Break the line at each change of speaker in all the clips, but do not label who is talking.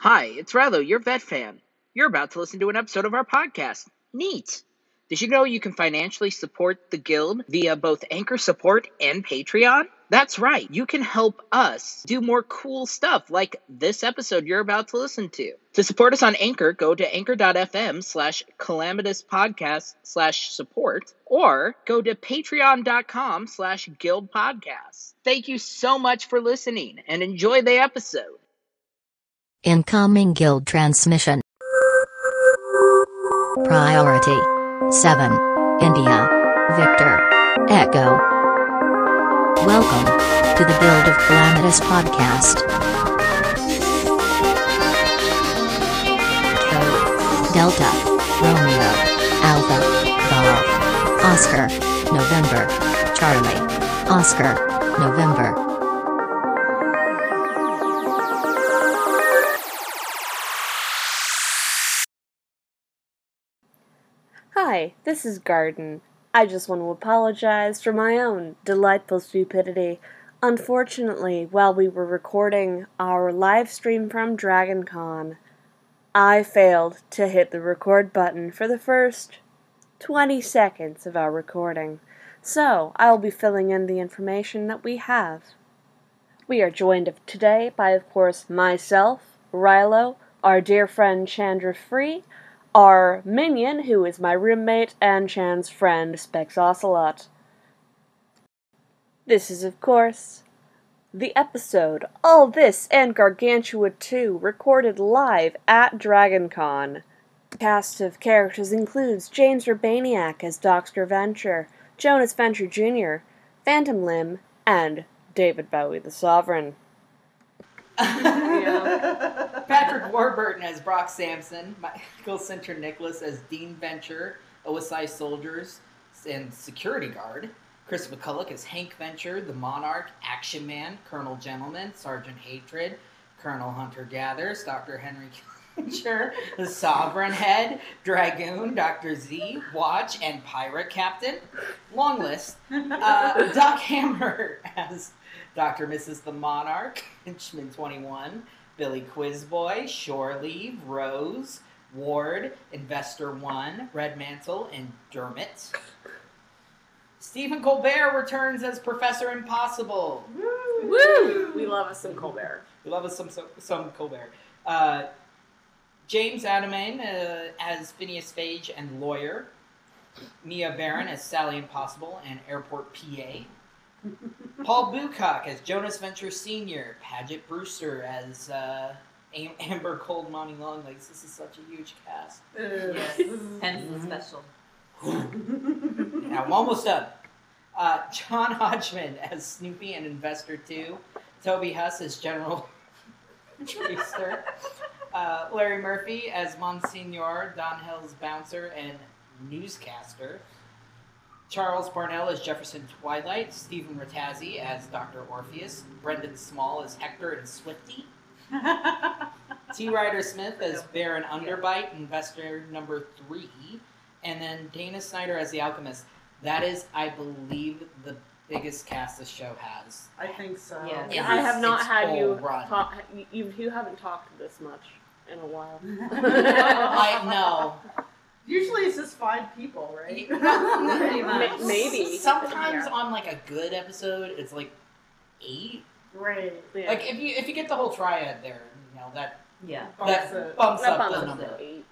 Hi, it's Rallo, your vet fan. You're about to listen to an episode of our podcast. Neat! Did you know you can financially support the Guild via both Anchor Support and Patreon? That's right, you can help us do more cool stuff like this episode you're about to listen to. To support us on Anchor, go to anchor.fm slash calamitous podcast slash support or go to patreon.com slash guild podcast. Thank you so much for listening and enjoy the episode.
Incoming guild transmission. Priority 7. India. Victor. Echo. Welcome to the Guild of Calamitous podcast. Code Delta Romeo Alpha Bob Oscar November Charlie Oscar November
Hi, this is Garden. I just want to apologize for my own delightful stupidity. Unfortunately, while we were recording our live stream from DragonCon, I failed to hit the record button for the first 20 seconds of our recording. So, I'll be filling in the information that we have. We are joined of- today by, of course, myself, Rilo, our dear friend Chandra Free, our minion, who is my roommate, and Chan's friend, Specs Ocelot. This is, of course, the episode All This and Gargantua 2, recorded live at DragonCon. The cast of characters includes James Urbaniak as Dr. Venture, Jonas Venture Jr., Phantom Limb, and David Bowie the Sovereign.
Patrick Warburton as Brock Sampson, Michael Center Nicholas as Dean Venture, OSI Soldiers and Security Guard, Chris McCulloch as Hank Venture, the Monarch, Action Man, Colonel Gentleman, Sergeant Hatred, Colonel Hunter Gathers, Dr. Henry Killinger, the Sovereign Head, Dragoon, Dr. Z, Watch, and Pirate Captain. Long list. Uh, Doc Hammer as Dr. Mrs. the Monarch, Inchman 21, Billy Quizboy, Shore Leave, Rose, Ward, Investor One, Red Mantle, and Dermot. Stephen Colbert returns as Professor Impossible.
Woo! We love us some Colbert.
We love us some some, some Colbert. Uh, James Adamane uh, as Phineas Phage and lawyer. Mia Barron as Sally Impossible and Airport PA. Paul Bucock as Jonas Venture Sr. Paget Brewster as uh, Am- Amber Cold Monty Longlegs. This is such a huge cast. Mm-hmm.
Yes. Hence the special.
Now I'm almost done. Uh, John Hodgman as Snoopy and Investor 2. Toby Huss as General Tracer. Uh, Larry Murphy as Monsignor, Don Hill's bouncer and newscaster. Charles Barnell as Jefferson Twilight. Stephen Rattazzi as Dr. Orpheus. Brendan Small as Hector and Swifty. T. Ryder Smith as Baron Underbite, Investor Number 3 and then Dana Snyder as the alchemist. That is, I believe, the biggest cast this show has.
I think so.
Yes.
It
I
is-
have not
it's
had you
all run.
talk. You, you haven't talked this much in a while.
I know.
Usually it's just five people, right?
Pretty
much. Ma- maybe.
Sometimes on like a good episode, it's like eight.
Right.
Yeah.
Like if you if you get the whole triad there, you know that
Yeah.
Bumps
that
it.
bumps
That
up
bumps
the
us
number.
to eight.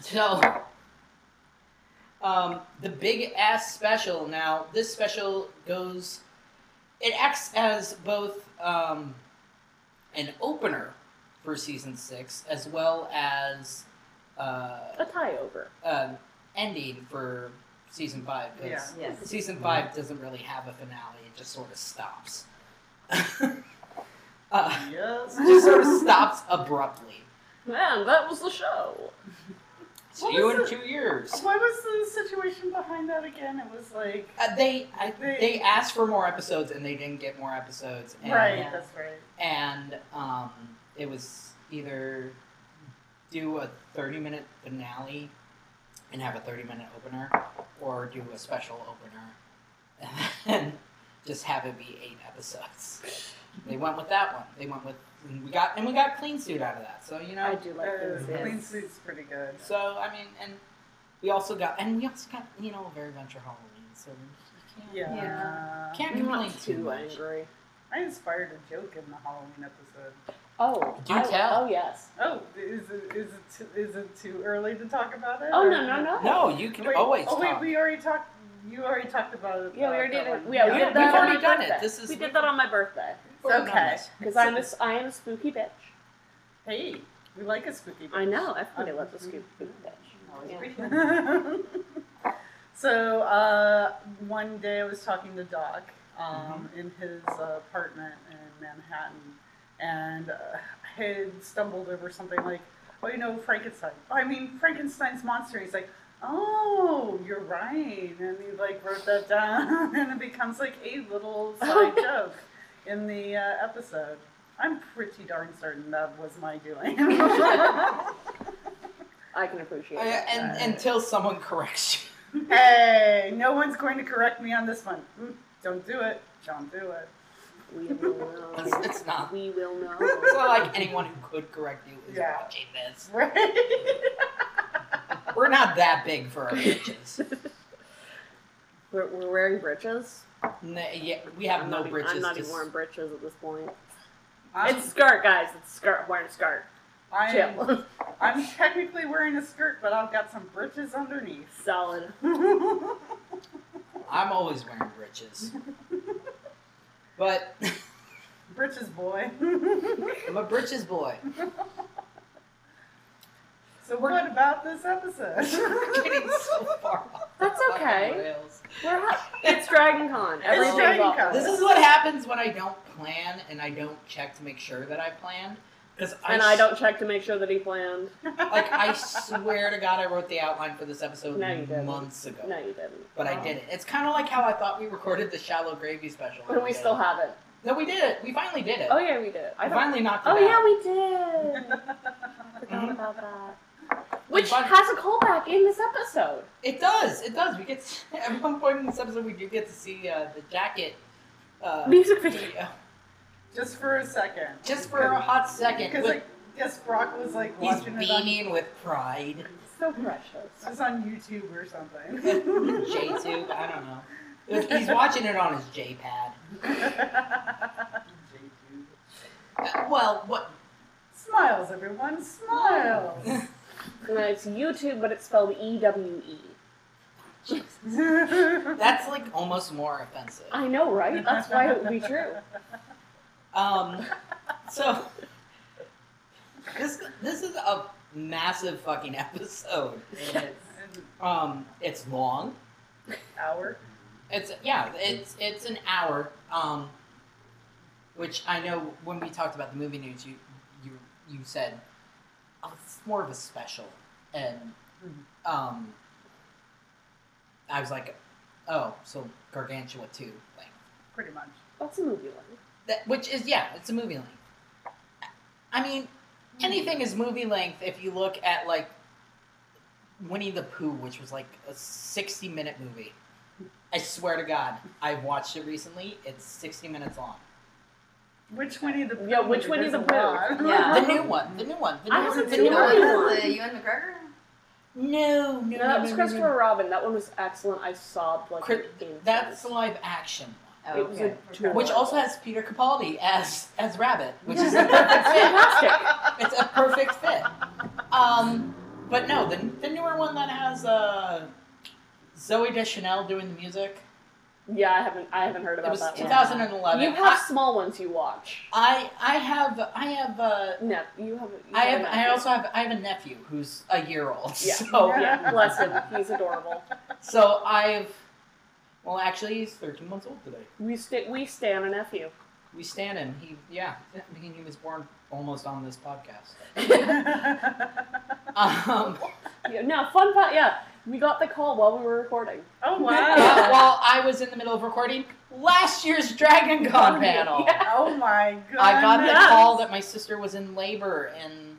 So, um, the Big Ass Special. Now, this special goes, it acts as both um, an opener for season six as well as uh,
A tie over.
an ending for season five. 'cause
Yeah.
Yes.
Season five doesn't really have a finale, it just sort of stops. uh,
Yes.
it just sort of stops abruptly.
Man, that was the show.
See
What
you
was
in
it?
two years.
What was the situation behind that again? It was like.
Uh, they I,
They-
they asked for more episodes and they didn't get more episodes
Uh,
and,
right.
yeah.
That's right.
and um, it was either do a 30 minute finale and have a 30 minute opener or do a special opener and just have it be eight episodes they went with that one they went with and we got and we got clean suit out of that. So you know,
I do like
Uh,
Er,
those.
yes.
Clean suit's pretty good.
so I mean, and we also got and we also got you know a very venture Halloween. So you can't
Yeah.
you can't complain too much.
I inspired a joke in the Halloween episode.
Oh,
Do
I-
tell.
Oh yes.
Oh, is it is it too, is it too early to talk about it?
Oh
or-
no no no.
No, you can
Wait,
always talk.
Oh wait, we already talked. You already talked about it.
Yeah, we
uh,
already
that
did. it.
one.
Yeah, we
Yeah,
did
we've
that. on
already
my
done it.
birthday.
This is-
we did that on my birthday
We're done
okay.
with
because I'm a s- I am a spooky bitch.
Hey, we like a spooky. Bitch.
I know everybody loves a spooky bitch. Yeah.
so uh, one day I was talking to Doc um, in his uh, apartment in Manhattan, and uh, I had stumbled over something like, "Oh, you know, Frankenstein." I mean, Frankenstein's monster. He's like, "Oh, you're right," and he like wrote that down, and it becomes like a little side joke in the uh, episode. I'm pretty darn certain that was my doing.
I can appreciate.
Uh,
that.
and until someone corrects you.
Hey, no one's going to correct me on this one. Mm, Don't do it. Don't do it.
We will know.
It's, it's not.
We will
It's
know.
not like anyone who could correct you is
Yeah.
watching this.
Right?
We're not that big for our bitches.
We're, we're wearing britches.
N- yeah, we have
I'm
no
not even-
britches.
I'm not
to
even
s-
wearing britches at this point.
I'm,
it's skirt, guys. It's skirt. Wearing a skirt.
I'm,
Chill.
I'm technically wearing a skirt, but I've got some britches underneath.
Solid.
I'm always wearing britches. but
britches boy.
I'm a britches boy.
so what about this episode?
We're getting so far off the
That's
fucking
okay.
rails.
We're hot. It's Dragon Con. Everything's
Dragon
off.
Con.
This is what happens when I don't plan and I don't check to make sure that I planned. Because
And I don't check to make sure that he planned.
like. I swear to God, I wrote the outline for this episode
No, you didn't.
months ago.
No, you didn't.
But I
Oh.
did it. It's kind of like how I thought we recorded the shallow gravy special.
And we
did
still
it.
haven't.
No, we did it. We finally did it.
Oh yeah, we did. I
I
don't.
finally knocked it
Oh
out.
yeah, we did. I forgot about that. Which
Mm-hmm. But-
has a callback in this episode.
It does. It does. We get to, at one point in this episode we do get to see uh, the jacket uh,
Music video.
video
Just for a second.
just for a hot second.
Because
with-
I guess Brock was like
he's
watching it on,
beaming with pride.
So precious.
it was on YouTube or something.
J tube. I don't know. It was- he's watching it on his J pad.
J-tube.
Well, what?
Smiles, everyone, smiles.
And it's YouTube, but it's spelled E W E.
That's like almost more offensive.
I know, right? That's why it would be true.
Um, so this this is a massive fucking episode. Um, it's long.
Hour.
It's yeah, it's it's an hour. Um, which I know when we talked about the movie news, you you you said oh, it's more of a special, and um, I was like, oh, so Gargantua too, like
Pretty much.
That's a movie one.
that, which is yeah, it's a movie length. I mean, anything is movie length if you look at like Winnie the Pooh, which was like a sixty-minute movie. I swear to God, I watched it recently. It's sixty minutes long.
Which Winnie the Pooh?
Yeah, which Winnie
There's
the
a
Pooh?
lot.
Yeah.
The new one, the new one, the new
I
one.
haven't
The
seen
new
that
one.
one.
Uh, you and McGregor?
No, no,
No, that was Christopher Robin. That one was excellent. I sobbed like
Chris-
a game.
That's the live action one,
Oh,
It was
okay.
a tour.
which also has Peter Capaldi as as Rabbit, which is a
That's
perfect fit.
fantastic.
it's a perfect fit. Um, but no, the, the newer one that has uh, Zoe Deschanel doing the music.
Yeah, I haven't. I haven't heard
It
about
was
that. one.
2011.
You have small ones you watch.
I, I I have I have uh,
No, you haven't. you
I have
haven't.
I also have I have a nephew who's a year old.
Yeah.
So
Yeah, bless him. He's adorable.
so I've well actually he's 13 months old today.
We st- we stand a nephew.
We stand him. He yeah I mean, he was born almost on this podcast. Um,
Yeah, no, fun fact. Yeah, we got the call while we were recording.
oh
uh,
wow!
while I was in the middle of recording last year's Dragon Con panel.
Yeah.
oh my god!
I got the
Yes.
call that my sister was in labor and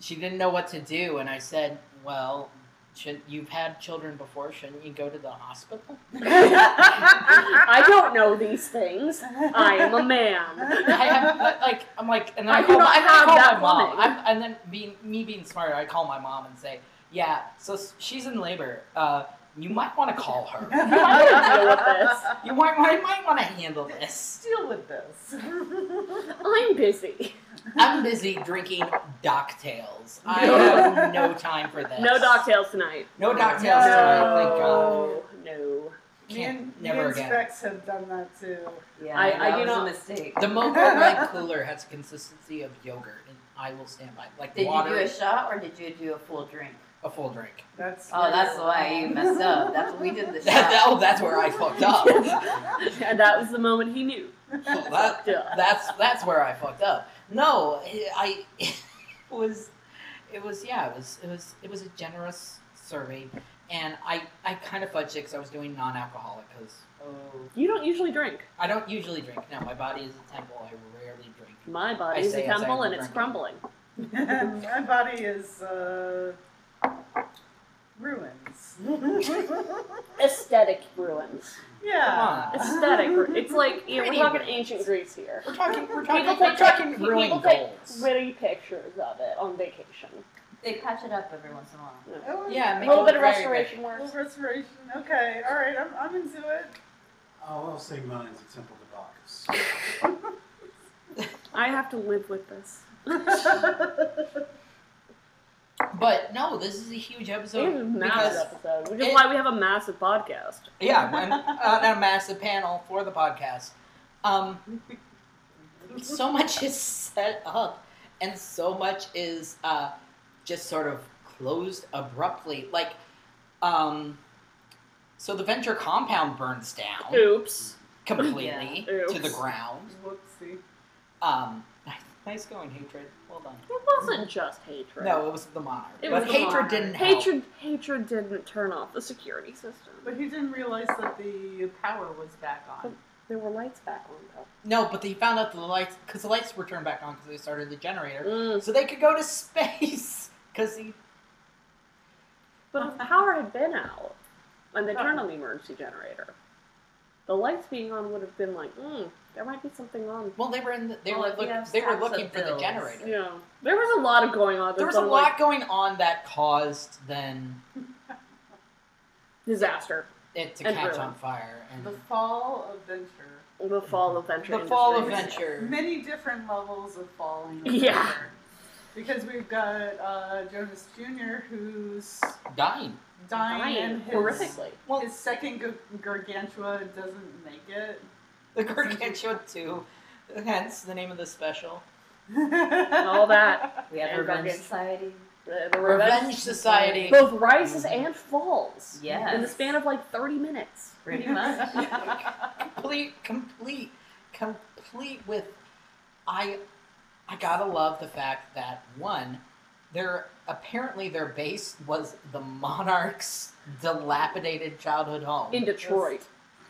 she didn't know what to do, and I said, "Well, Should, you've had children before. Shouldn't you go to the hospital?
I don't know these things. I am a man.
I have like I'm like, and then I,
I do
call,
not
my, I
have
call
that
my mom.
woman.
I'm, and then being me being smarter, I call my mom and say, "Yeah, so s- she's in labor. Uh, you might want to call her. You might,
deal with this.
you might, might, might want to handle this.
Deal with this.
I'm busy.
I'm busy drinking Docktails. I have no time for this.
No docktails tonight.
No Docktails
No.
tonight. Thank God.
No, no.
Me and,
Can't,
me
never
and
again.
Specs have done that too.
Yeah,
I-
that
I do
was
not-
a mistake.
The Mocha Red Cooler has a consistency of yogurt, and I will stand by. it. Like
Did
water,
you do a shot or did you do a full drink?
a full drink.
That's
Oh, that's why you messed up. That's we did the shot.
That, that- oh, that's where I fucked up.
And that was the moment he knew.
Oh, that-
Duh.
that's that's where I fucked up. No, I it was it was yeah it was it was it was a generous serving, and I I kind of fudged it because I was doing non-alcoholic because oh
You don't usually drink.
I don't usually drink. No, my body is a temple. I rarely drink.
My
I
body's
say
a
as I
temple and
remember.
it's crumbling.
My body is uh, ruins.
Aesthetic ruins.
yeah.
Come
Aesthetic. ru- It's like you know, we're
Pretty
talking
ruins.
ancient Greece here.
We're talking we're talking
People
we're
take-
talking
people
ruin
take
goals.
Pretty pictures of it on vacation.
They patch it up every once in a while.
Oh,
Yeah,
A
make
little
it
bit of
very
restoration
a
work.
little restoration. Okay, all right, I'm, I'm into it.
I'll, I'll say mine's a temple to Bacchus.
I have to live with this.
big. But no, this is a huge
So, this is
episode
a
because
massive episode, which is
it-
why we have a massive podcast.
Yeah, I'm on a massive panel for the podcast. Um, so much is set up, and so much is uh, just sort of closed abruptly. Like, um, so the venture compound burns down
Oops.
completely
Yeah.
to the
Oops.
ground.
Whoopsie.
Um, nice going, hatred. Well done.
It wasn't just hatred.
No, it was the monarch.
It
but
was the
hatred
monarch.
didn't help.
Hatred, hatred didn't turn off the security system.
But he didn't realize that the power was back on.
there were lights back on though.
No, but they found out that the lights because the lights were turned back on because they started the generator.
Mm.
so they could go to space because he
But if power had been out, and they turned on the emergency generator, the lights being on would have been like, mm, there might be something wrong.
well they were in the, they
Well,
were
if
look,
you have
they were
stacks
looking
of
for the
bills.
generator
Yeah, there was a lot of going on.
there was a
some,
lot
like,
going on that caused then
disaster.
it to
And
catch
ruin.
on fire and
The fall of venture.
The fall of venture.
the fall of
Industries.
venture
Many different levels of falling. of
Yeah.
Venture. Because we've got uh, Jonas Jr., who's
dying
dying,
Dying
and his,
horrifically.
well
his second gar- Gargantua doesn't make it.
the gargantua 2 hence the name of the special
All
that.
We have
And
Revenge
Revenge.
Society.
The, the
revenge society
both rises and falls.
Yes.
In the span of like thirty minutes.
Pretty much.
complete complete complete with i i gotta love the fact that one their apparently their base was the monarch's dilapidated childhood home
In Detroit.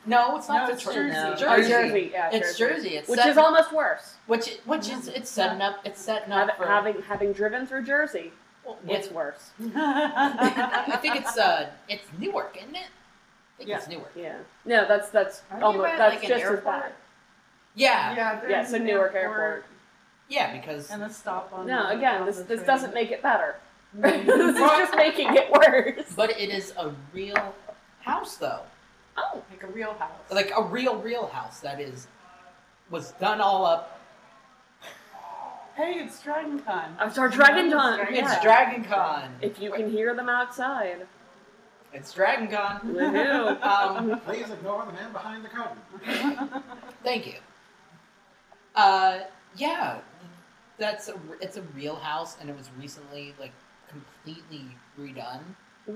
no it's not
No, it's
Detroit
Jersey.
Or
Oh Jersey.
Jersey, yeah.
it's jersey it's
Which
setting-
is almost worse.
which i- which is it's setting up it's setting up
Hav-
for
having having driven through Jersey, it's
it's,
worse.
i think it's uh it's newark isn't it i think it's newark
Yeah. No, that's that's
Aren't you
almost
by,
that's
like, an
just as
airport?
bad.
yeah
yeah, there's
Yes, in
an
Newark
airport
Airport.
yeah because
And a stop on
No,
the-
again,
on
this
the
this
train.
doesn't make it better. this
Mhm.
is just making it worse.
but it is a real house though
Oh,
like a real house.
like a real real house that is was done all up
hey, it's Dragon Con.
it's our Dragon Con.
it's
Yeah.
dragon con
If you can hear them outside,
it's dragon con
woohoo!
um,
Please ignore the man behind the curtain.
thank you uh, yeah that's a, it's a real house and it was recently like completely redone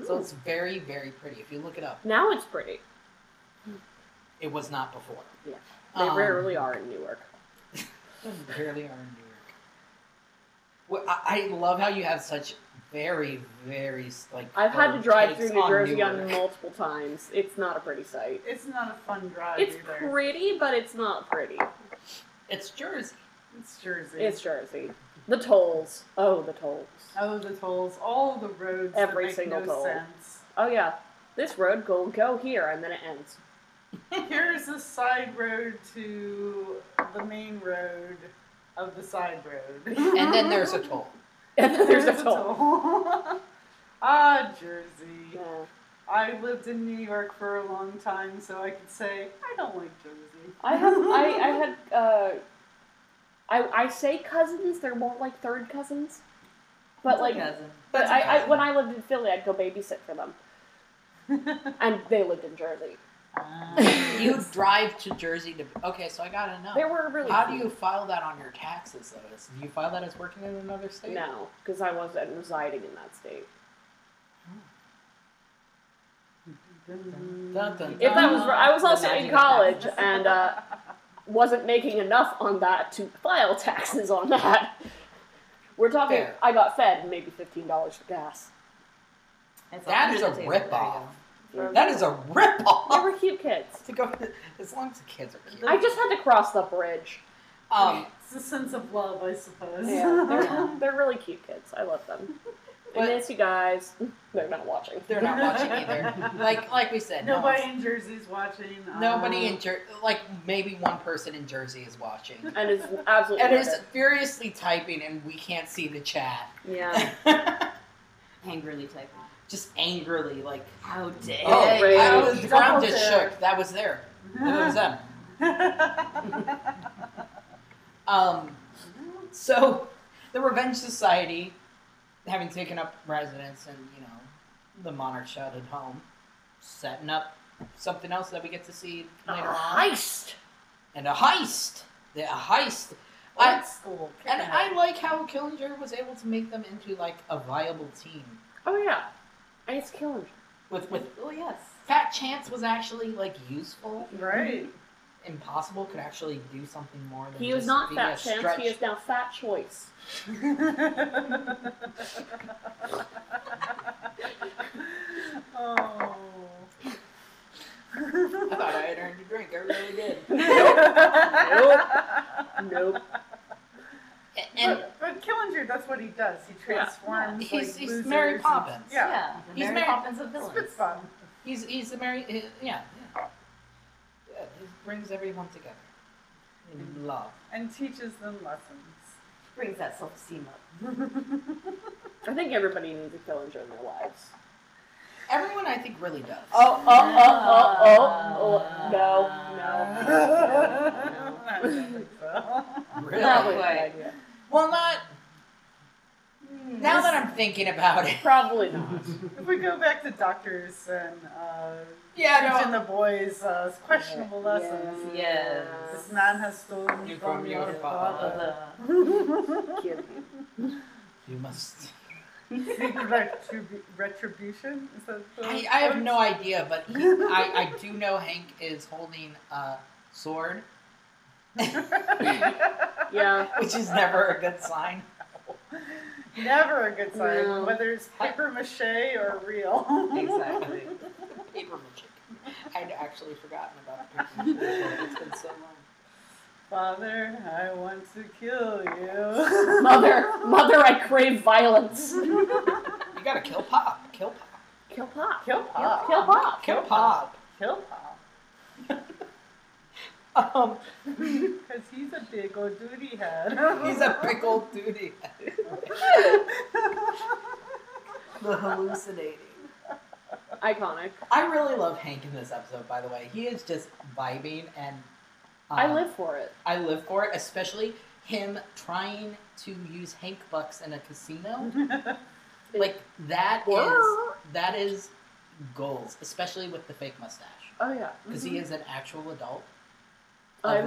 so
Ooh.
it's very very pretty if you look it up
Now it's pretty.
it was not before
Yeah. They
Um,
rarely are in Newark.
rarely are in newark well, I, I love how you have such very very like
I've had to drive through
takes
New Jersey on
Newark.
multiple times. It's not a pretty sight.
It's not a fun drive
It's
either.
pretty, but it's not pretty.
it's jersey
It's Jersey.
It's Jersey. The tolls. Oh, the tolls.
Oh, the tolls, all the roads.
Every
that make
single
no
toll.
sense.
Oh yeah, this road will go here, and then it ends.
Here's the side road to the main road of the side road.
And then there's a toll.
And then there's a toll.
toll. ah, Jersey.
Yeah.
I lived in New York for a long time, so I could say I don't like Jersey.
I have I, I had uh, I I say cousins, they're more like third cousins. But like
cousin.
but
That's
I, I
okay.
when I lived in Philly I'd go babysit for them. and they lived in Jersey.
Ah.
You drive to Jersey to. Okay, so I gotta know.
They were really
How do
cute.
you file that on your taxes, though? Is- Do you file that as working in another state?
No, because I wasn't residing in that state.
Dun, dun, dun,
If I was
dun.
I was also
The
in
magic of
college
taxes.
and uh, wasn't making enough on that to file taxes on that. We're talking.
Fair.
I got fed maybe fifteen dollars for gas.
It's
That
all
is a
under the table.
ripoff.
They were-
That is a
They
ripoff.
were cute kids.
to go as long as the kids are cute.
I just had to cross the bridge.
um,
it's a sense of love, I suppose.
they're, they're really cute kids. I love them. I
But-
miss you guys. They're not watching.
they're not watching either. Like like we said, no
Nobody
one's-
in Jersey's watching. uh,
um,
nobody in Jersey. Like maybe one person in Jersey is watching.
And it's absolutely
And is
worth
furiously typing, and we can't see the chat.
it. Yeah. Um,
Angrily typing.
Just angrily, like
How dare
oh,
really?
I was- the ground
Double Uh-huh.
just
dare.
shook. That was there. That was them. Um, so the Revenge Society, having taken up residence and you know the monarch shut at home, setting up something else that we get to see later on,
Heist.
and a heist. The a heist. I,
Old school.
and I like how Killinger was able to make them into like a viable team.
Oh yeah. And it's killing.
With with
Oh yes.
Fat Chance was actually like useful.
Right.
Impossible could actually do something more than
He was
just
not
be
fat
a
chance.
stretch.
He is now fat choice.
oh.
I thought I had earned a drink. I really did.
Nope.
And
but, but Killinger, that's what he does. He transforms.
he's, he's
like, losers
Mary
and-
Poppins.
Yeah.
The
He's
Mary
married-
Poppins of
It's
villains.
fun.
He's he's the Mary. he- yeah. yeah. Yeah, He brings everyone together
Mm-hmm.
in love.
And teaches them lessons.
Brings that self-esteem up.
I think everybody needs a Killinger in their lives.
Everyone, I think, really does.
Oh, oh, oh, oh, oh, oh, no, no.
I don't think so.
really?
Not
Probably a good
quite.
idea.
Well, not
Hmm,
now that I'm thinking about it.
Probably not.
If we go back to doctors and uh,
Yeah,
teaching the boys uh, questionable lessons,
Yes.
this man has stolen
You
from
from
your
your
father.
Uh,
Cute.
You must.
Seek retribu- retribution? Is that the
I, I have
word?
no idea, but he, I, I do know Hank is holding a sword,
Yeah.
which is never a good sign.
Never a good sign,
No.
whether it's paper mache or real.
Exactly. Paper magic. I'd actually forgotten about the paper magic. It's been so long.
Father, I want to kill you.
Mother, mother, I crave violence.
You gotta kill Pop. Kill Pop.
Kill Pop.
Kill Pop.
Kill Pop.
Kill Pop.
Kill Pop.
Um,
Because he's a big old duty head.
he's a big old duty. the hallucinating.
Iconic.
I really love Hank in this episode, by the way. He is just vibing and. um,
I live for it.
I live for it, especially him trying to use Hank bucks in a casino. like that is
Oh
that is goals, especially with the fake mustache,
yeah.
because he is an actual adult.
I'm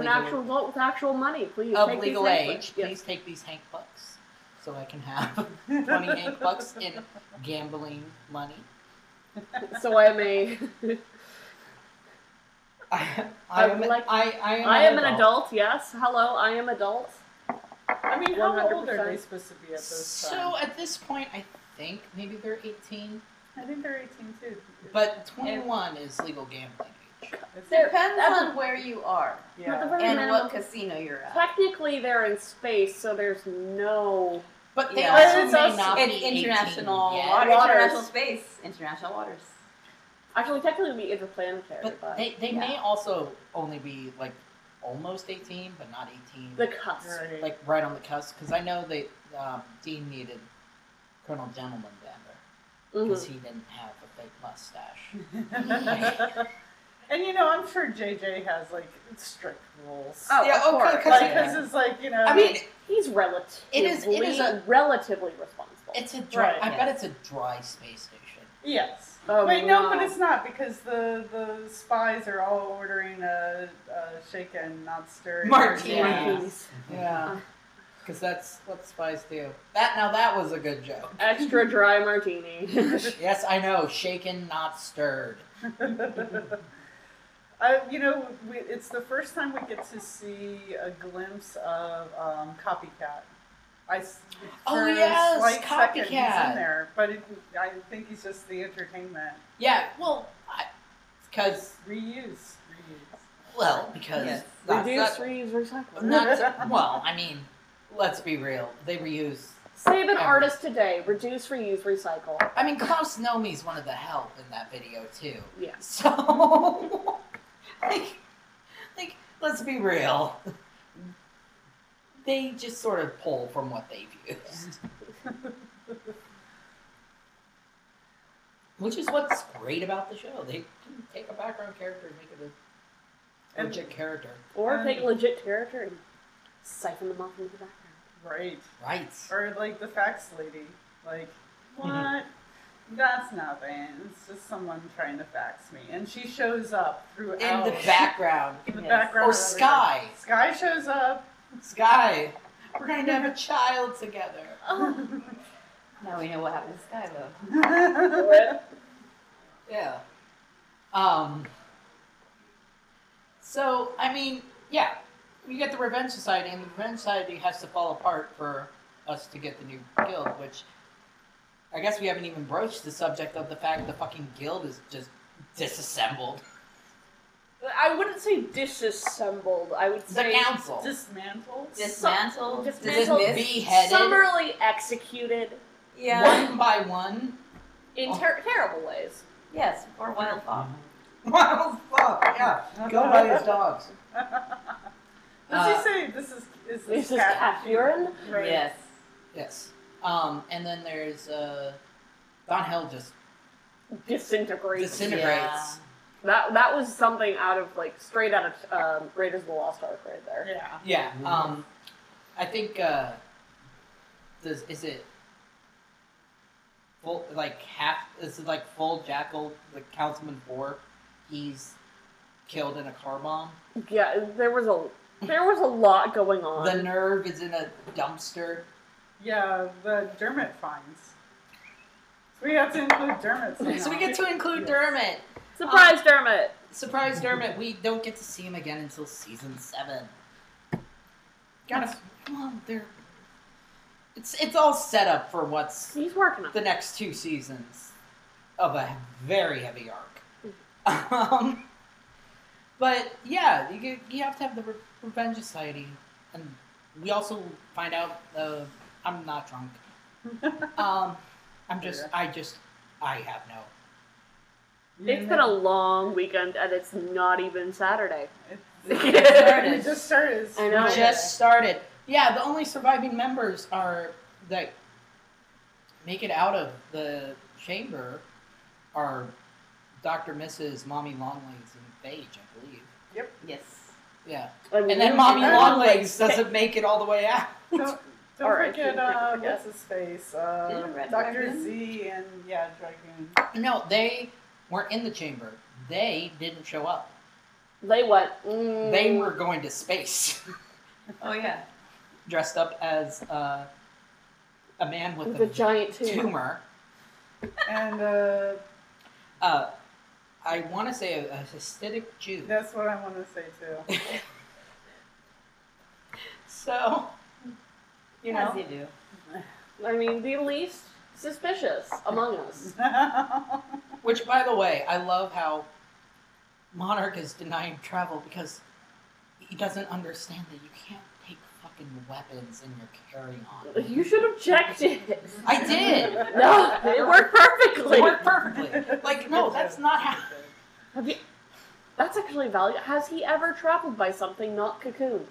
of
an
legal-
actual adult with actual money. Please
of
take
legal
these
age.
necklaces. Yes.
Please take these Hank bucks, so I can have twenty Hank bucks in gambling money.
So I am a.
I,
I
am
would like-
I, I am,
I am an adult. Yes. Hello. I am adult.
I mean, how old are
100%.
they supposed to be at this time?
So at this point, I think maybe they're eighteen,
I think they're 18 too.
but twenty-one is legal gambling age.
It's,
Depends
That's-
on where you are
But the
yeah.
very
and
minimum-
what casino you're at.
Technically, they're in space, so there's no.
But they
Yeah.
also
But it's
may
also-
not
It's
be 18
international
yet.
water,
Waters.
international space, international waters.
Actually, technically, we interplanetary, but,
But they, they may also only be like almost 18, but not 18.
the cusp.
Right.
like right on the cusp. Because I know they um, Dean needed Colonel Gentleman Bender because
Mhm.
he didn't have a fake mustache.
and you know, I'm sure JJ has like strict rules.
Oh,
Yeah,
of
oh,
course.
'cause-
Like,
Like,
yeah.
this is like, you know,
I mean,
he's relatively
It is- it is a-
relatively responsible.
it's a dry.
Right,
I bet
yeah.
it's a dry space station.
yes.
Oh,
Wait, no, but it's not because the the spies are all ordering a, a shaken, not stirred
Martini.
martini.
Martinis.
Yeah, because that's what spies do. That now that was a good joke.
Extra dry martini.
Yes, I know. Shaken, not stirred.
Uh, you know, we, it's the first time we get to see a glimpse of um, copycat. I s-
Oh,
for a
yes,
slight second he's
Copycat.
in there, but it, I think he's just the entertainment
Yeah, well, because
reuse, reuse.
well, because
Yes.
that's
Reduce,
not-
reuse, recycle.
not- well, I mean, let's be real. They reuse
Save an
Yeah.
artist today. Reduce, reuse, recycle.
I mean, Klaus Nomi's one of the help in that video too.
Yeah.
So, like, like, let's be real. They just sort of pull from what they've used, which is what's great about the show. They can take a background character and make it a
And-
legit character,
Or
Um,
take a legit character and siphon them off into the background.
Right.
right?
Or like the fax lady. Like,
Mm-hmm.
what? That's nothing. It's just someone trying to fax me. And she shows up throughout
In the background,
in the
Yes.
background.
Or
of Oh. everything.
Sky.
Sky shows up.
Sky, we're going to have a child together.
Now we know what happened to Skylo.
Yeah. Um. So I mean, yeah, we get the Revenge Society, and the Revenge Society has to fall apart for us to get the new guild. Which I guess we haven't even broached the subject of the fact the fucking guild is just disassembled.
I wouldn't say disassembled. I would
The
say
council.
Dismantled.
Dismantled,
dismantled,
dismissed.
beheaded
summarily executed
Yeah.
one by one. Oh.
in ter- terrible ways.
Yes, or wild fox.
Wow, fuck yeah! Go by his dogs.
Does
Uh,
he say this is is this,
This is cat urine.
Right.
Yes.
Yes. Um, and then there's uh, Don Hell just
Disintegrates.
disintegrates.
Yeah.
that that was something out of like straight out of um, Raiders of the Lost Ark right there.
Yeah.
Yeah. Um, I think uh, does is it full like half? Is it like full jackal? Like Councilman Four, he's killed in a car bomb.
Yeah, there was a there was a lot going on.
The nerve is in a dumpster.
Yeah, the Dermot finds. So we have to include Dermot.
So we
somehow.
get to include
Yes.
Dermot.
Surprise, Dermot.
Surprise, Dermot. We don't get to see him again until season seven. Gotta come on, they're it's it's all set up for what's
He's working on.
the
it.
next two seasons of a very heavy arc. Um, but yeah, you get, you have to have the Re- Revenge Society, and we also find out uh, I'm not drunk. um, I'm just I just I have no.
You
It's been a long weekend and it's not even Saturday.
know, it- it-
started.
we just started. It's
I know.
Friday.
Just started. Yeah, the only surviving members are that make it out of the chamber are Doctor, Mrs., Mommy Longlegs, and Paige, I believe.
Yes.
Yeah.
And,
And then Mommy
And
Longlegs doesn't make it all the way out.
Don't, don't
All right,
forget,
you can't
uh,
forget.
what's his face?
Did
Uh,
a Red
Dr.
Dragoon?
Z and, yeah, Dragoon.
No, they weren't in the chamber. They didn't show up.
they went. Mm,
They were going to space,
Oh yeah.
dressed up as uh, a man with,
with a giant
tumor.
tumor.
And uh,
Uh, I want to say a, a Hasidic Jew.
that's what I want to say, too.
So, you
As
know,
you do.
I mean, the least suspicious among us.
which by the way, I love how Monarch is denying travel because he doesn't understand that you can't take fucking weapons in your carry-on.
You should have checked it.
I did.
No, it worked perfectly.
It worked perfectly. Like, no, that's not how.
Have you, that's actually valuable. Has he ever traveled by something not cocoon?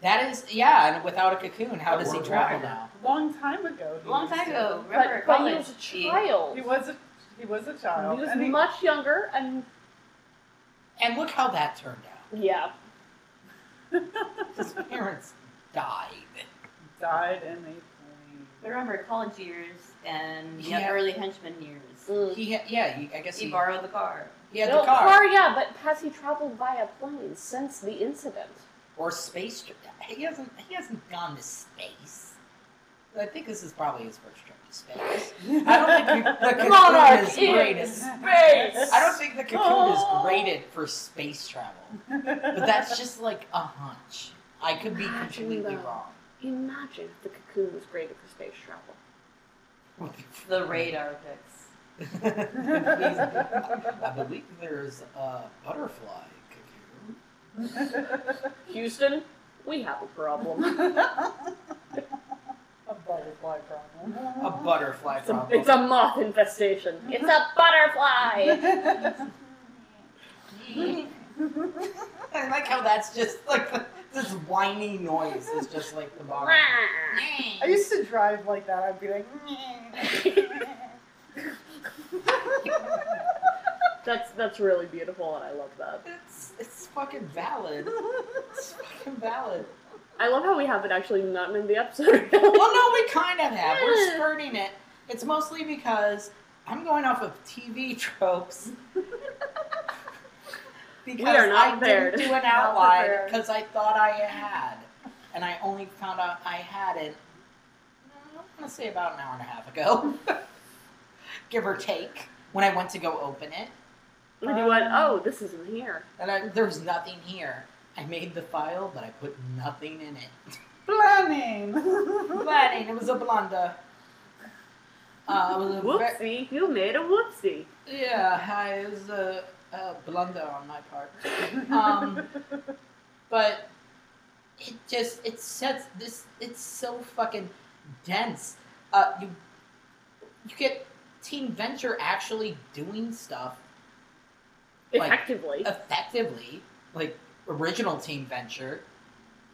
That is, yeah. And without a cocoon, how does he
Worldwide.
travel now?
Long time ago. he
Long
was
time
a-
ago. Remember
But, but he
college,
was a
he-
child.
He was a he was a child.
He was
and he-
much younger, and
And look how that turned out.
yeah,
His parents died.
died in a
I
plane.
remember college years and
Yeah.
young early henchman years.
Mm.
He, had, yeah. He, I guess
He
he,
borrowed the car.
he had
no,
the car,
yeah, but has he traveled via plane since the incident?
or space trip. He hasn't. He hasn't gone to space. I think this is probably his first trip to space. I don't think the cocoon
Monarch
is
in
great as I don't think the cocoon
Oh.
is graded for space travel, but that's just like a hunch. I could be completely
Imagine
wrong.
Imagine if the cocoon was greater for space travel.
The radar picks.
I believe there's a butterfly cocoon.
Houston, we have a problem.
a butterfly problem.
A butterfly
It's a,
problem.
it's a moth infestation. It's a butterfly.
I like how that's just like the, this whiny noise is just like the bar.
I used to drive like that. I'd be like,
that's that's really beautiful, and I love that.
It's it's fucking valid. It's fucking valid.
I love how we haven't actually gotten in the episode. really.
Well, no, we kind of have. We're skirting it. It's mostly because I'm going off of TV tropes. because
are not
I
prepared.
didn't do an outline because I thought I had, and I only found out I had it. mm, I'm gonna say about an hour and a half ago, give or take, when I went to go open it,
and you went, oh, this isn't here.
and I, there was nothing here. I made the file, but I put nothing in it.
planning.
Planning. It was a blunder. Uh, it was a ve-
Whoopsie, you made a whoopsie.
Yeah, hi, it was a, a blunder on my part. Um, but it just it sets this. It's so fucking dense. Uh, you you get Team Venture actually doing stuff Like-
Effectively.
effectively, like original Team Venture.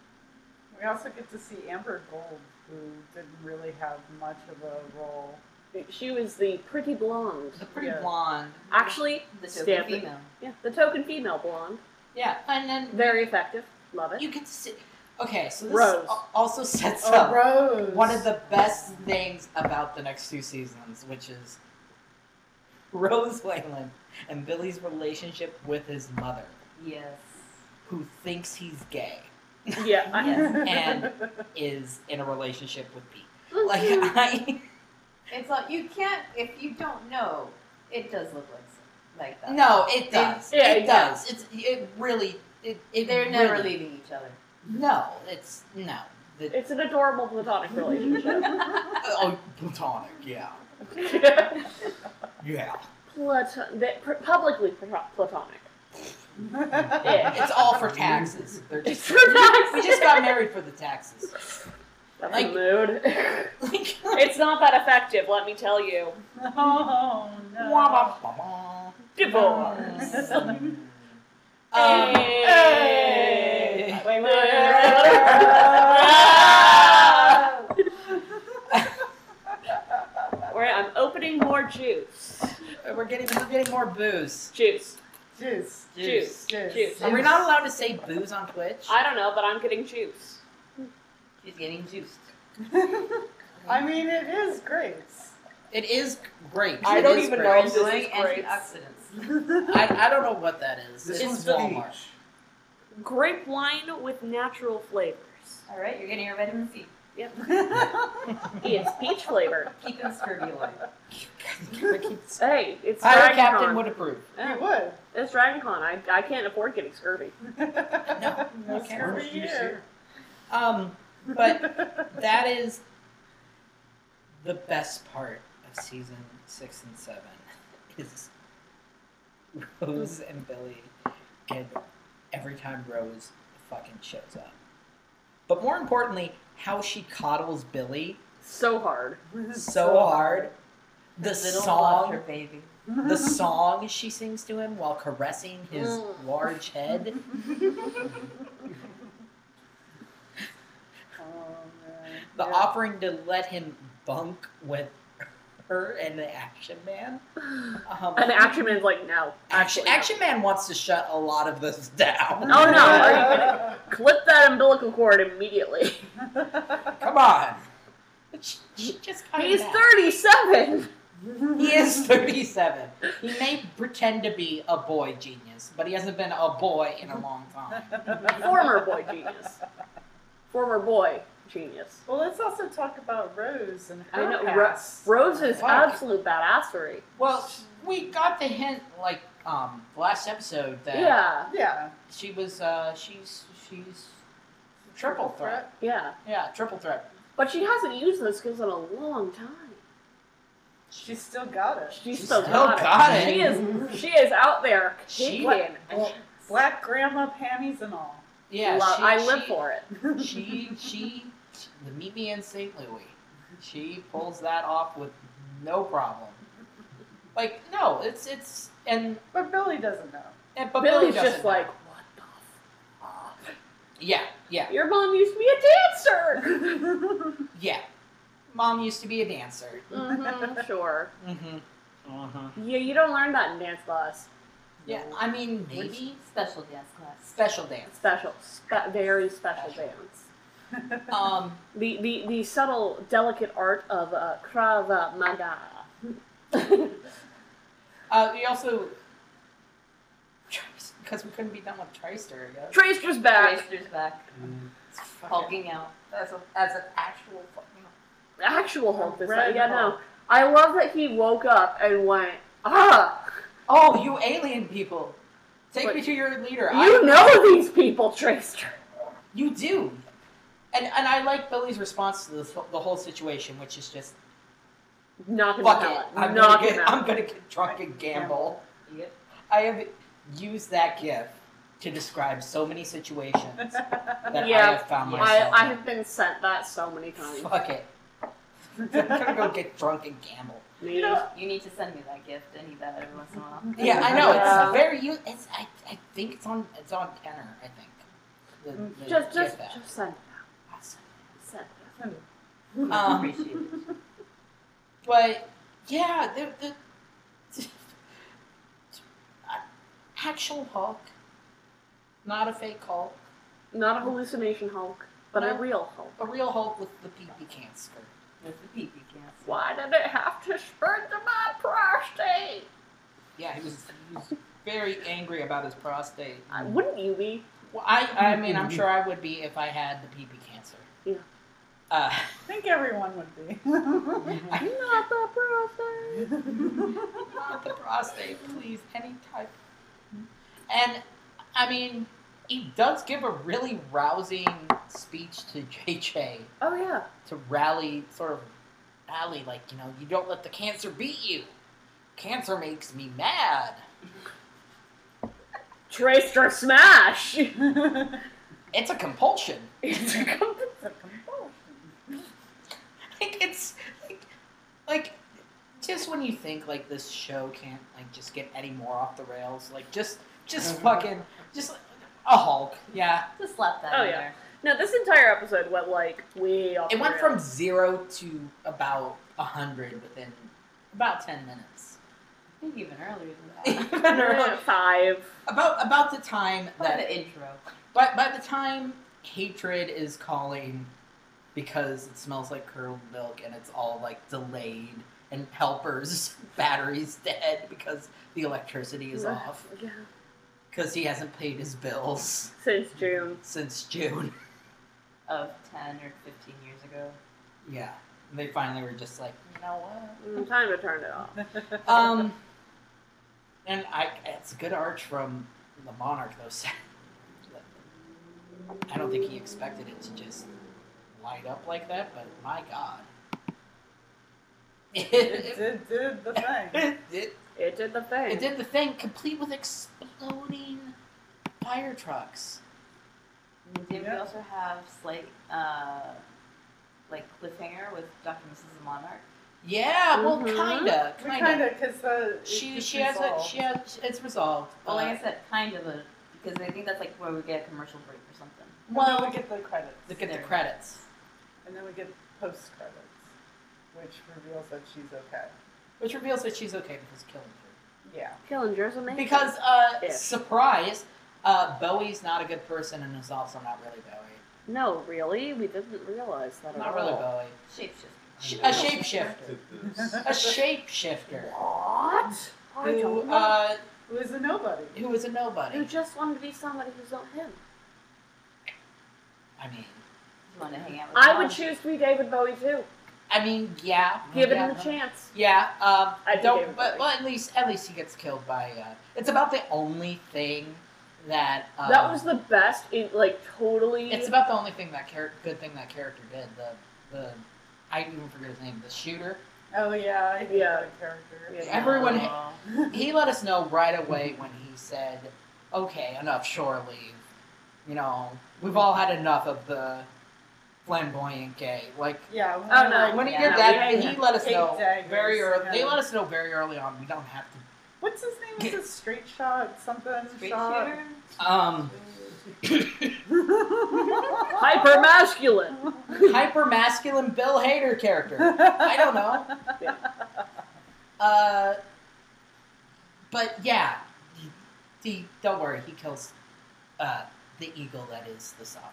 we also get to see Amber Gold, who didn't really have much of a role.
she was the pretty blonde.
The pretty
Yeah.
blonde.
Actually,
The
Stamp
token
it.
female.
yeah, the token female blonde.
Yeah, and then
Very effective. Love it.
you can see. Okay, so this
Rose.
al- also sets
Oh,
up
Rose.
one of the best things about the next two seasons, which is Rose Wayland and Billy's relationship with his mother,
Yes.
who thinks he's gay,
yeah. I-
and is in a relationship with Pete. Like I
It's like you can't if you don't know. It does look like like that.
no, it does.
Yeah,
it
yeah.
does. It's it really it, it
they're never
really-
leaving each other.
No, it's no. The,
It's an adorable platonic relationship.
oh, platonic. Yeah, yeah.
Platon- that, pr- publicly pl- platonic. Yeah.
It's all for taxes. They're
It's
just
for taxes.
we just got married for the taxes.
That's
like-
the mood.
Like,
it's not that effective, let me tell you.
Oh no.
Wah-wah-wah-wah.
Divorce.
Um,
Hey.
Wait, wait,
Where I'm opening more juice.
We're getting we're getting more booze.
Juice.
Juice.
Juice.
Juice.
Juice.
Are we not allowed to say booze on Twitch?
I don't know, but I'm getting juice.
She's getting juiced.
I mean, it is great.
It is great.
I
It
don't
is
even
great.
know if this
doing
is great.
antioxidants.
I, I don't know what that is.
This
it's
one's
Walmart.
peach.
Grape wine with natural flavors.
All right, you're getting your vitamin C.
It's peach flavored.
Keep them scurvy away.
Hey, it's
Pirate
Dragon
captain
Con.
would approve.
You would.
It's Dragon Con. I, I can't afford getting scurvy.
No, no
That's
camera.
every year.
Um, but that is the best part of season six and seven is Rose and Billy get every time Rose fucking shows up. But more importantly, how she coddles Billy
So hard.
so hard. The
Little song.
song,
baby.
the song she sings to him while caressing his
Mm.
large head.
Oh, man.
The
Yeah.
offering to let him bunk with her and the Action Man. Um,
And the action man's like, no.
Action,
actually, no.
action Man wants to shut a lot of this down.
Oh, no, are you Clip that umbilical cord immediately.
Come on. She, she just got
He's
him out.
37.
He is 37. He may pretend to be a boy genius, but he hasn't been a boy in a long time.
Former boy genius. Former boy genius.
Well, let's also talk about Rose and
I
her
know, Ro-
past.
Rose's
Fuck.
absolute badassery.
Well, we got the hint, like, um, last episode that
Yeah,
yeah,
she was, uh, she's, she's triple threat.
yeah.
Yeah, triple threat.
But she hasn't used those skills in a long time.
She's still got it.
She's
She's
still
still
got,
got
it.
it.
She is she is out there
She-
kicking.
Well, black grandma panties and all.
Yeah,
Lo-
she,
I live
she-
for it.
She, she, the meet me in St. Louis. She pulls that off with no problem. Like, no, it's, it's, and,
But Billy doesn't know.
and but
Billy's
doesn't
just
know.
like, what the fuck?
yeah, yeah,
Your mom used to be a dancer.
yeah. Mom used to be a dancer.
hmm sure.
Mm-hmm. Uh-huh.
Yeah, you don't learn that in dance class.
Yeah, I mean,
Which
maybe
special dance class.
special dance.
Special, spe- very special dance.
Um,
The, the the subtle, delicate art of uh, Krav Maga.
uh, we also, because we couldn't be done with Trister, I guess.
Tracer's back.
Racers back.
Mm,
It's fucking-
Hulking out.
As, a, as an actual fucking.
Actual Hulk this
Red
time. Yeah, no.
Hulk.
I love that he woke up and went, ah,
Oh, you alien people! Take
What?
me to your leader.
You
I,
know these people, Tracer.
you do. And and I like Billy's response to this, the whole situation, which is just
Knock him
fuck it.
out.
I'm
Knock
gonna
him
get, I'm
out.
gonna get drunk and gamble.
Yep.
I have used that gift to describe so many situations that I
Yeah,
have found
yeah.
myself.
I, I
in.
have been sent that so many times.
Fuck it. I'm gonna go get drunk and gamble.
Me.
You need to send me that gift. I need that every once in a while.
Yeah, I know.
Yeah.
It's very. u- It's. I. I think it's on. It's on tenor. I think. The- the
just, just,
gift app.
just send it out. Send it out.
Um,
Appreciate it.
but yeah, the, the actual Hulk, not a fake Hulk,
Not a hallucination Hulk, but a
No.
real Hulk.
a real Hulk with the pee pee cancer.
With the pee-pee cancer.
Why did it have to spread to my prostate?
Yeah, he was, he was very angry about his prostate.
I, wouldn't you be?
Well, I, I mean, I'm sure I would be if I had the pee pee cancer.
Yeah.
Uh,
I think everyone would be.
Not the prostate.
not the prostate, please, any type. And I mean, he does give a really rousing speech to JJ
Oh yeah.
to rally, sort of rally, like you know, you don't let the cancer beat you. Cancer makes me mad.
Tracer smash.
It's a compulsion.
It's a company.
Like it's like, like just when you think like this show can't like just get any more off the rails, like just just fucking just a Hulk. Yeah,
Just slap that
Oh,
in
yeah.
there.
No, this entire episode went like way off.
It
the
went from
rails.
zero to about a hundred within about ten minutes.
I think even earlier than that.
Uh,
about
five.
about the time
By
that
the intro.
but by the time hatred is calling because it smells like curdled milk and it's all like delayed and helpers batteries dead because the electricity is off
Yeah.
because he hasn't paid his bills
Since June.
since June.
Of 10 or 15 years ago.
Yeah, and they finally were just like, you know what?
Mm, Time to turn it off.
Um, and I, it's a good arch from the Monarch, though. so- I don't think he expected it to just light up like that, but my God.
It did, did the thing.
it did
It did the thing.
It did the thing, complete with exploding fire trucks.
Did we
Yeah.
also have slight, uh, like cliffhanger with Dr. and Mrs. Monarch?
Yeah, well,
Mhm.
kinda,
We
kinda.
kind of, because the. it
She
just
she has it.
resolved.
She has it's resolved.
Well,
Uh,
like I said, kind of a because I think that's like where we get a commercial break or something.
Well, we get the credits.
look at the
there.
credits,
And then we get post credits, which reveals that she's okay.
which reveals that she's okay because killing her.
Yeah.
Killinger's amazing.
Because uh,
Ish.
surprise, uh, Bowie's not a good person and is also not really Bowie.
no, really, we didn't realize that. at
Not really
all.
Bowie.
Shapeshifter.
Sh- a shapeshifter.
Did this.
A shapeshifter
What? I
who
don't know.
uh,
It was a nobody.
who is a
Who
nobody.
just wanted to be somebody who's not him.
I mean,
You want to hang out with?
I would
Bob?
choose to be David Bowie too.
Oh
I mean, yeah.
Give
yeah,
him the chance.
Yeah, um,
I
I
think
don't.
everybody-
But well, at least at least he gets killed by. Uh, it's about the only thing that. Um,
that was the best. It like totally.
It's about the only thing that char- good thing that character did. The the I even forget his name. The shooter.
Oh, yeah. I hate
Yeah.
that character.
Yeah.
Everyone
Aw.
He let us know right away when he said, "Okay, enough shore leave." You know, we've all had enough of the flamboyant gay. Like
yeah. when
Oh,
I,
no.
like,
when he
Yeah,
did
no,
that,
we-
he let us
Kate
know
Daggers,
very early. They
yeah.
let us know very early on. We don't have to.
What's his name? Is it Straight Shot? Something?
Straight
shot?
shooter?
Um,
hyper masculine.
hyper masculine Bill Hader character. I don't know. Uh, but yeah, he, he, don't worry, he kills uh, the eagle that is the sovereign.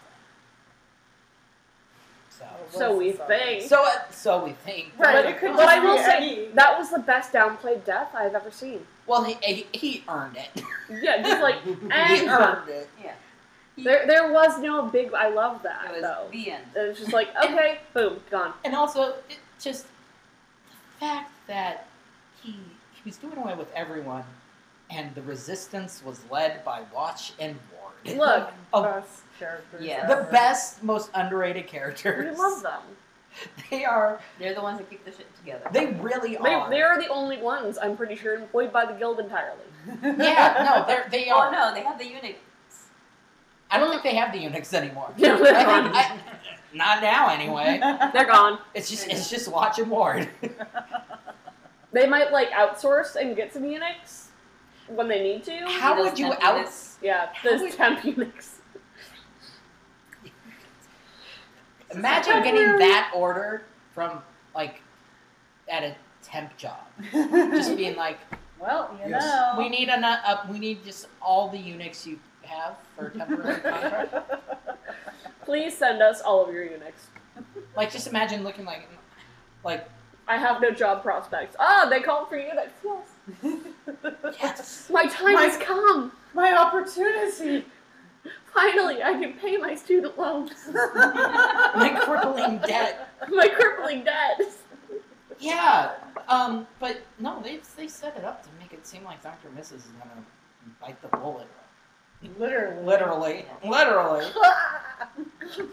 So,
So we think.
so uh, so we think.
Right,
But,
it could
but
just
I will
be
say
any-
that was the best downplayed death I've ever seen.
Well, he, he, he earned it.
Yeah, just like
he
and
earned it.
Yeah.
there, there was no big. I love that
It was
though.
the end.
It was just like okay, boom, gone.
And also, it just the fact that he he was doing away with everyone, and the resistance was led by Watch and Ward.
Look,
Oh.
Best characters
Yeah.
The
ever.
best, most underrated
we
characters.
love them.
They are.
They're the ones that keep the shit together.
They really
They,
are.
they are the only ones I'm pretty sure employed by the guild entirely.
Yeah, no, they're, they
oh
are.
no, they have the eunuchs.
I don't think they have the eunuchs anymore. I
Yeah,
think,
they're gone.
I, not now, anyway.
They're gone.
It's just it's just watch and ward.
They might like outsource and get some eunuchs when they need to.
How would you out?
Yeah,
How
those
would-
temp eunuchs.
Imagine getting that order from like at a temp job. Just being like,
well, you
Yes.
know.
we need an, uh, we need just all the eunuchs you have for temporary contract.
Please send us all of your eunuchs.
Like, just imagine looking like, like
I have no job prospects. Ah, they called for eunuchs. Yes.
yes,
My time
My-
has come.
My opportunity.
Finally, I can pay my student loans,
my crippling debt.
my crippling debts.
Yeah, um, but no, they they set it up to make it seem like Doctor Mrs. is gonna bite the bullet.
Literally.
Literally, literally.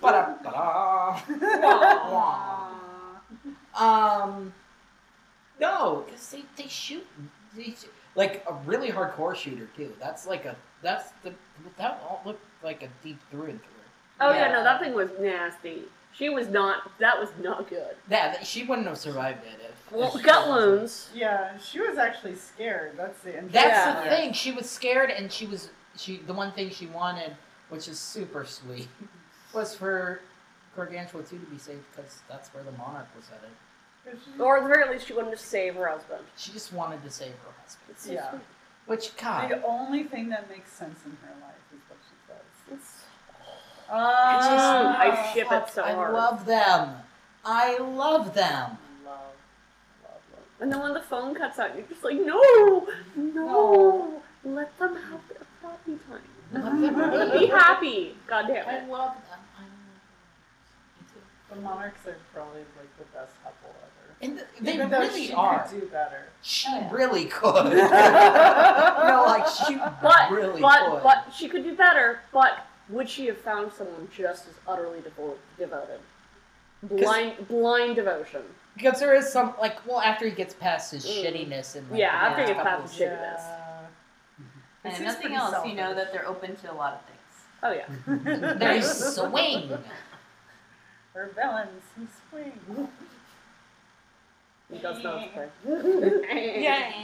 Ba-da, ba-da. Um, no, because they, they shoot they, sh- like a really hardcore shooter too. That's like a that's the that all looked like a deep through and through.
Oh yeah.
Yeah.
no, that thing was nasty. She was not. That was not good.
Yeah, that, she wouldn't have survived it if.
Well,
if she
gut
wasn't.
wounds.
Yeah, she was actually scared. That's the interesting
That's
Yeah.
the thing. She was scared, and she was she the one thing she wanted, which is super sweet, was for Gargantua too to be saved because that's where the monarch was headed.
Or at the very least, she wanted to save her husband.
She just wanted to save her husband.
It's so
Yeah.
sweet.
Which God,
The only thing that makes sense in her life is what she says.
It's-
Oh,
I just
I
Ah.
ship
fuck,
it so
I
hard.
love them. I love them.
Love,
And then when the phone cuts out, you're just like, no, no, let them have their happy time.
I love them.
I
Be happy. God
I
damn it.
love them. I love them.
The monarchs are probably like the best couple ever.
And th- they
Even though
really
she
are.
Could do better.
She
Yeah.
really could. no, like she
But,
really
but,
could.
but she could do better. But would she have found someone just as utterly devo- devoted? Blind, blind devotion.
Because there is some like well after he gets past his
Mm.
shittiness and like,
Yeah,
the
after he
next
gets past
couple
his
of-
shit. Shittiness.
It
And
seems
nothing
pretty
else,
selfish.
you know that they're open to a lot of things.
Oh yeah.
There's swing.
Or villains. and swing.
He does know it's play.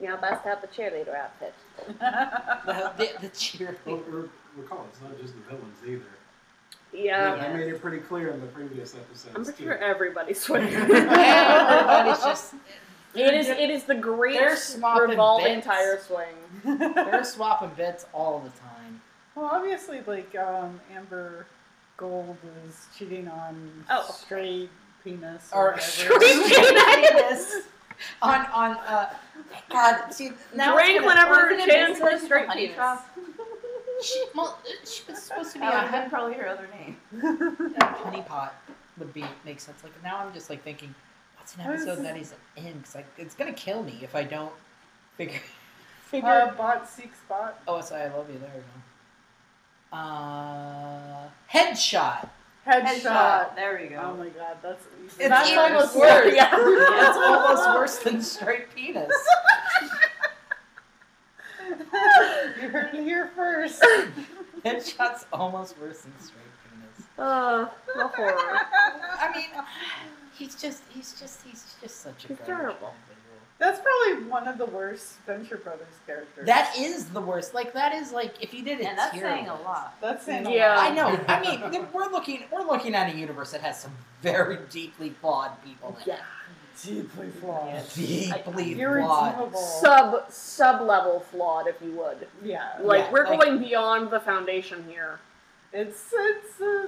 Now bust out the cheerleader outfit.
the, the, the cheer.
Well, re- recall, it's not just the villains either.
Yeah.
They made it pretty clear in the previous episodes.
I'm pretty
too.
sure everybody's sweating.
Everybody's just
It is. It is the great
They're swapping
revolving
bits.
tire swing.
they're swapping bits all the time.
Well, obviously, like um, Amber Gold is cheating on
Oh.
stray penis
Or
whatever.
penis on on uh God. See now it's
Drink
gonna-
whenever
Wasn't it
chance for
basically
straight
honey
penis.
trap?
She, well, she was supposed to be
That
a
Oh.
would've been probably her other name.
honey pot would be make sense. Like now I'm just like thinking, what's an
What is
episode
this?
that he's in? Because like it's gonna kill me if I don't figure figure.
Uh, bot seeks bot.
OSI, I love you. There we go. Uh, headshot.
Headshot.
There we
Oh
go.
my god, that's it's
That's even
almost
worse.
Yeah.
It's almost worse than straight penis.
you heard it here first.
Headshot's almost worse than straight penis.
Uh, the horror.
I mean, he's just he's just he's just such a
He's
garbage
terrible.
individual.
That's probably one of the worst Venture Brothers characters.
That is the worst. Like that is like if you did it.
And that's
here-
saying a lot.
That's saying
Yeah.
I know. I mean, th- we're looking we're looking at a universe that has some very deeply flawed people in it.
Deeply flawed.
Deeply flawed.
Irredeemable.
Sub sub level flawed, if you would.
yeah.
Like
Yeah,
we're
like-
going beyond the foundation here.
It's it's uh,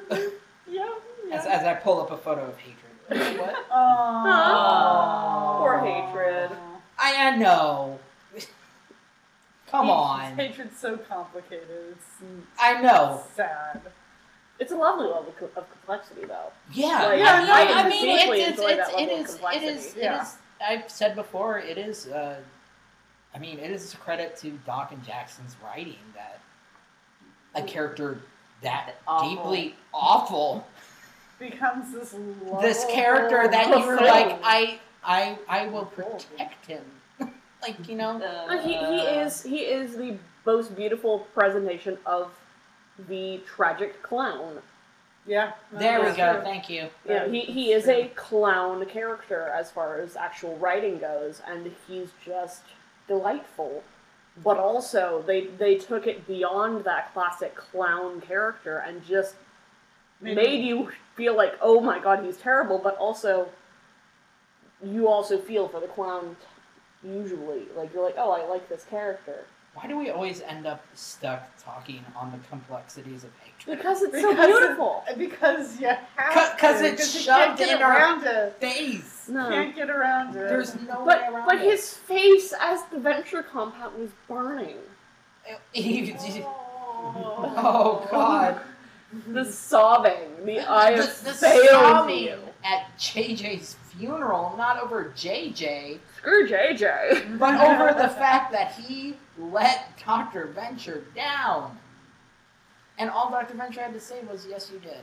yeah. yeah.
As, as I pull up a photo of hatred. What?
Aww.
Poor hatred.
I, I know. Come on. Oh.
Hatred's so complicated. It's,
I know.
Sad.
It's a lovely level co- of complexity, though.
Yeah. I,
Like,
I
I,
can
mean,
deeply
it's, it's,
enjoy
it's,
that
it
level of
is, it
complexity.
is, it
Yeah.
is, I've said before, it is, uh, I mean, it is a credit to Doc and Jackson's writing that a character that
Awful.
deeply awful,
Becomes this
this
lovable-
character that you were
Awful.
like, I, I, I will protect him. like, you know?
Uh, he, he is he is the most beautiful presentation of the tragic clown.
Yeah. no,
There we
that's
go.
true.
Thank you.
You know, he, he is a clown character as far as actual writing goes, and he's just delightful. But also, they they took it beyond that classic clown character and just
Maybe-
made you feel like, oh my god, he's terrible. But also, you also feel for the clown. Usually, like you're like, oh, I like this character
Why do we always end up stuck talking on the complexities of hatred?
because it's so
Because it-
beautiful.
Because you have
Cu- 'cause
to,
it's
you
shoved
can't get
in our-
around it.
Days.
no.
Can't get around it.
There's no way
But
around
but
it.
his face as the venture compound was burning.
oh God!
The sobbing, the eye of
the, the
Oh, failed
sobbing
you.
at JJ's funeral, not over JJ,
Screw JJ.
but over the fact that he let Doctor Venture down, and all Doctor Venture had to say was, "Yes, you did."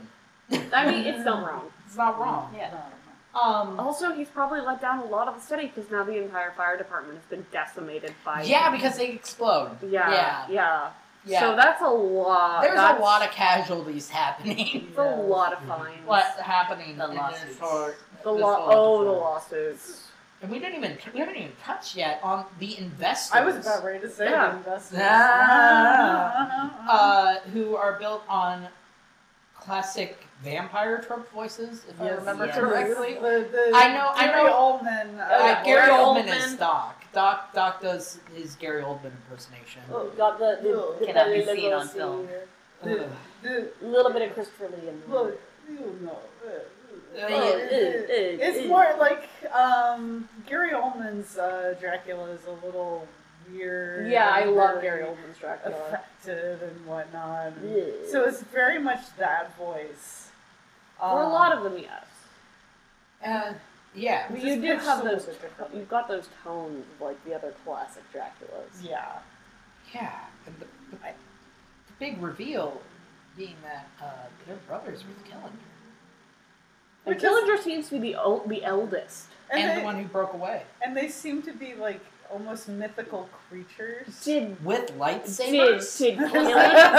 I mean, oh it's not wrong.
It's not wrong.
Yeah.
Um,
Also, he's probably let down a lot of the city because now the entire fire department has been decimated by.
yeah, because they explode.
Yeah. Yeah.
yeah, yeah.
So that's a lot.
There's
that's,
a lot of casualties happening.
It's a lot of
Mm-hmm.
fines.
What's happening
The
in
lawsuits.
this whole-
The
this whole
law. Oh, the
episode.
lawsuits.
And we didn't even we haven't even touched yet on the investors.
I was about ready to say Uh-huh.
Yeah.
investment.
Ah. uh, who are built on classic vampire trope voices, if I
Yes,
remember
yes.
correctly.
The, the
I know- I
Gary
know-
Oldman. uh,
Oh,
Uh,
yeah.
Gary
Gary
Oldman,
Oldman.
is Doc. Doc Doc does his Gary Oldman impersonation.
Oh, got the,
Ugh.
the, the,
Cannot be
the
seen on
liberals
film.
here.
the,
Ugh.
the,
little bit of Christopher Lee in there.
look, you know, uh,
Uh,
uh,
yeah,
uh, It's more like um, Gary Oldman's uh, Dracula is a little weird.
Yeah, I
and
love
very
Gary Oldman's Dracula.
Effective and whatnot.
Yeah.
So it's very much that voice. Um,
For a lot of them, yes.
Uh, yeah.
You
just
do
pitched
have
a little
those.
bit differently.
You've got those tones of, like the other classic Draculas.
yeah.
Yeah, and the, the, the big reveal being that uh, their brothers were the Killinger.
And
Which is-
Killinger seems to be the old, the eldest.
And,
And,
they,
the one who broke away.
and they seem to be like almost mythical creatures.
Did
With
did,
lightsabers?
did Killinger,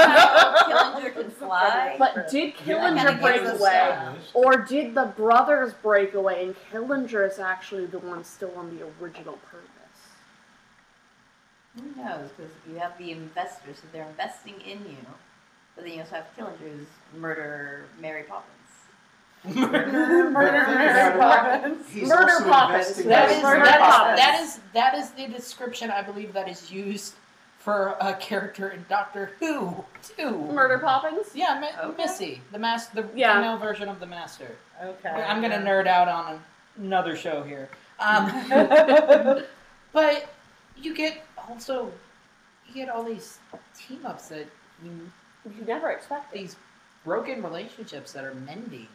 Killinger can fly.
but did
kinda
Killinger
gives
break
us
away?
that.
Or did the brothers break away and Killinger is actually the one still on the original purpose?
Who knows? Because you have the investors, so they're investing in you. But then you also have Killinger's murder Mary Poppins.
murder, murder, murder, Poppins.
He's
Murder
also
Poppins.
investigating-
That
Yes,
is,
murder
that,
Poppins.
is, that is that is the description I believe that is used for a character in Doctor Who too.
Murder Poppins?
Yeah, Ma-
Okay.
Missy, the mas- the
Yeah.
female version of the Master.
Okay.
I'm gonna nerd out on another show here. Um,
nerd.
but you get also you get all these team ups that you
You never expect it.
these broken relationships that are mending.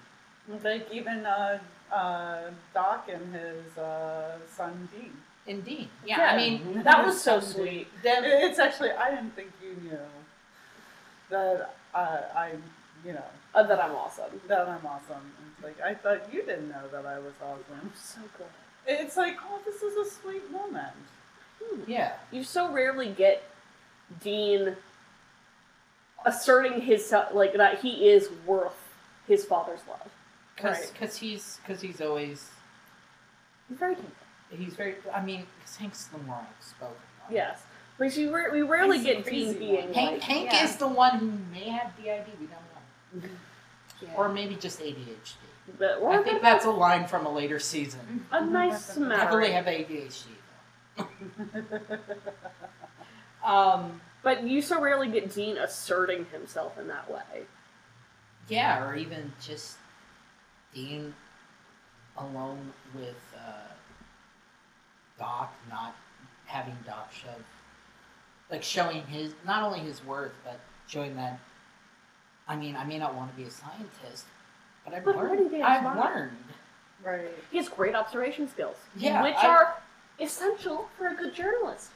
like even uh, uh, Doc and his uh, son Dean.
Indeed. Yeah,
Yeah.
I mean
That was so sweet.
them
It's actually I didn't think you knew that uh, I, you know,
Uh, that I'm awesome.
that I'm awesome. It's like I thought you didn't know that I was awesome.
So good.
It's like oh, this is a sweet moment.
Yeah.
You so rarely get Dean asserting his se- like that he is worth his father's love.
Because
Right.
he's because he's always
He's very content.
he's very I mean because Hank's the more outspoken. one.
Yes, but you ra- we rarely
He's
get
the
Dean
crazy
being
one.
Hank
like,
Hank
yeah.
is the one who may have DID. We don't know,
yeah.
or maybe just ADHD.
the, or
I think
the-
that's a line from a later season.
a nice
Mm-hmm.
Heavily
smattering.
have ADHD. though. um,
But you so rarely get Dean asserting himself in that way.
yeah, or even just being alone with uh, Doc, not having Doc show, like showing his not only his worth, but showing that. I mean, I may not want to be a scientist, but I've
But already
learned.
being
I've
smart.
learned.
Right.
He has great observation skills,
Yeah,
which
I-
are essential for a good journalist.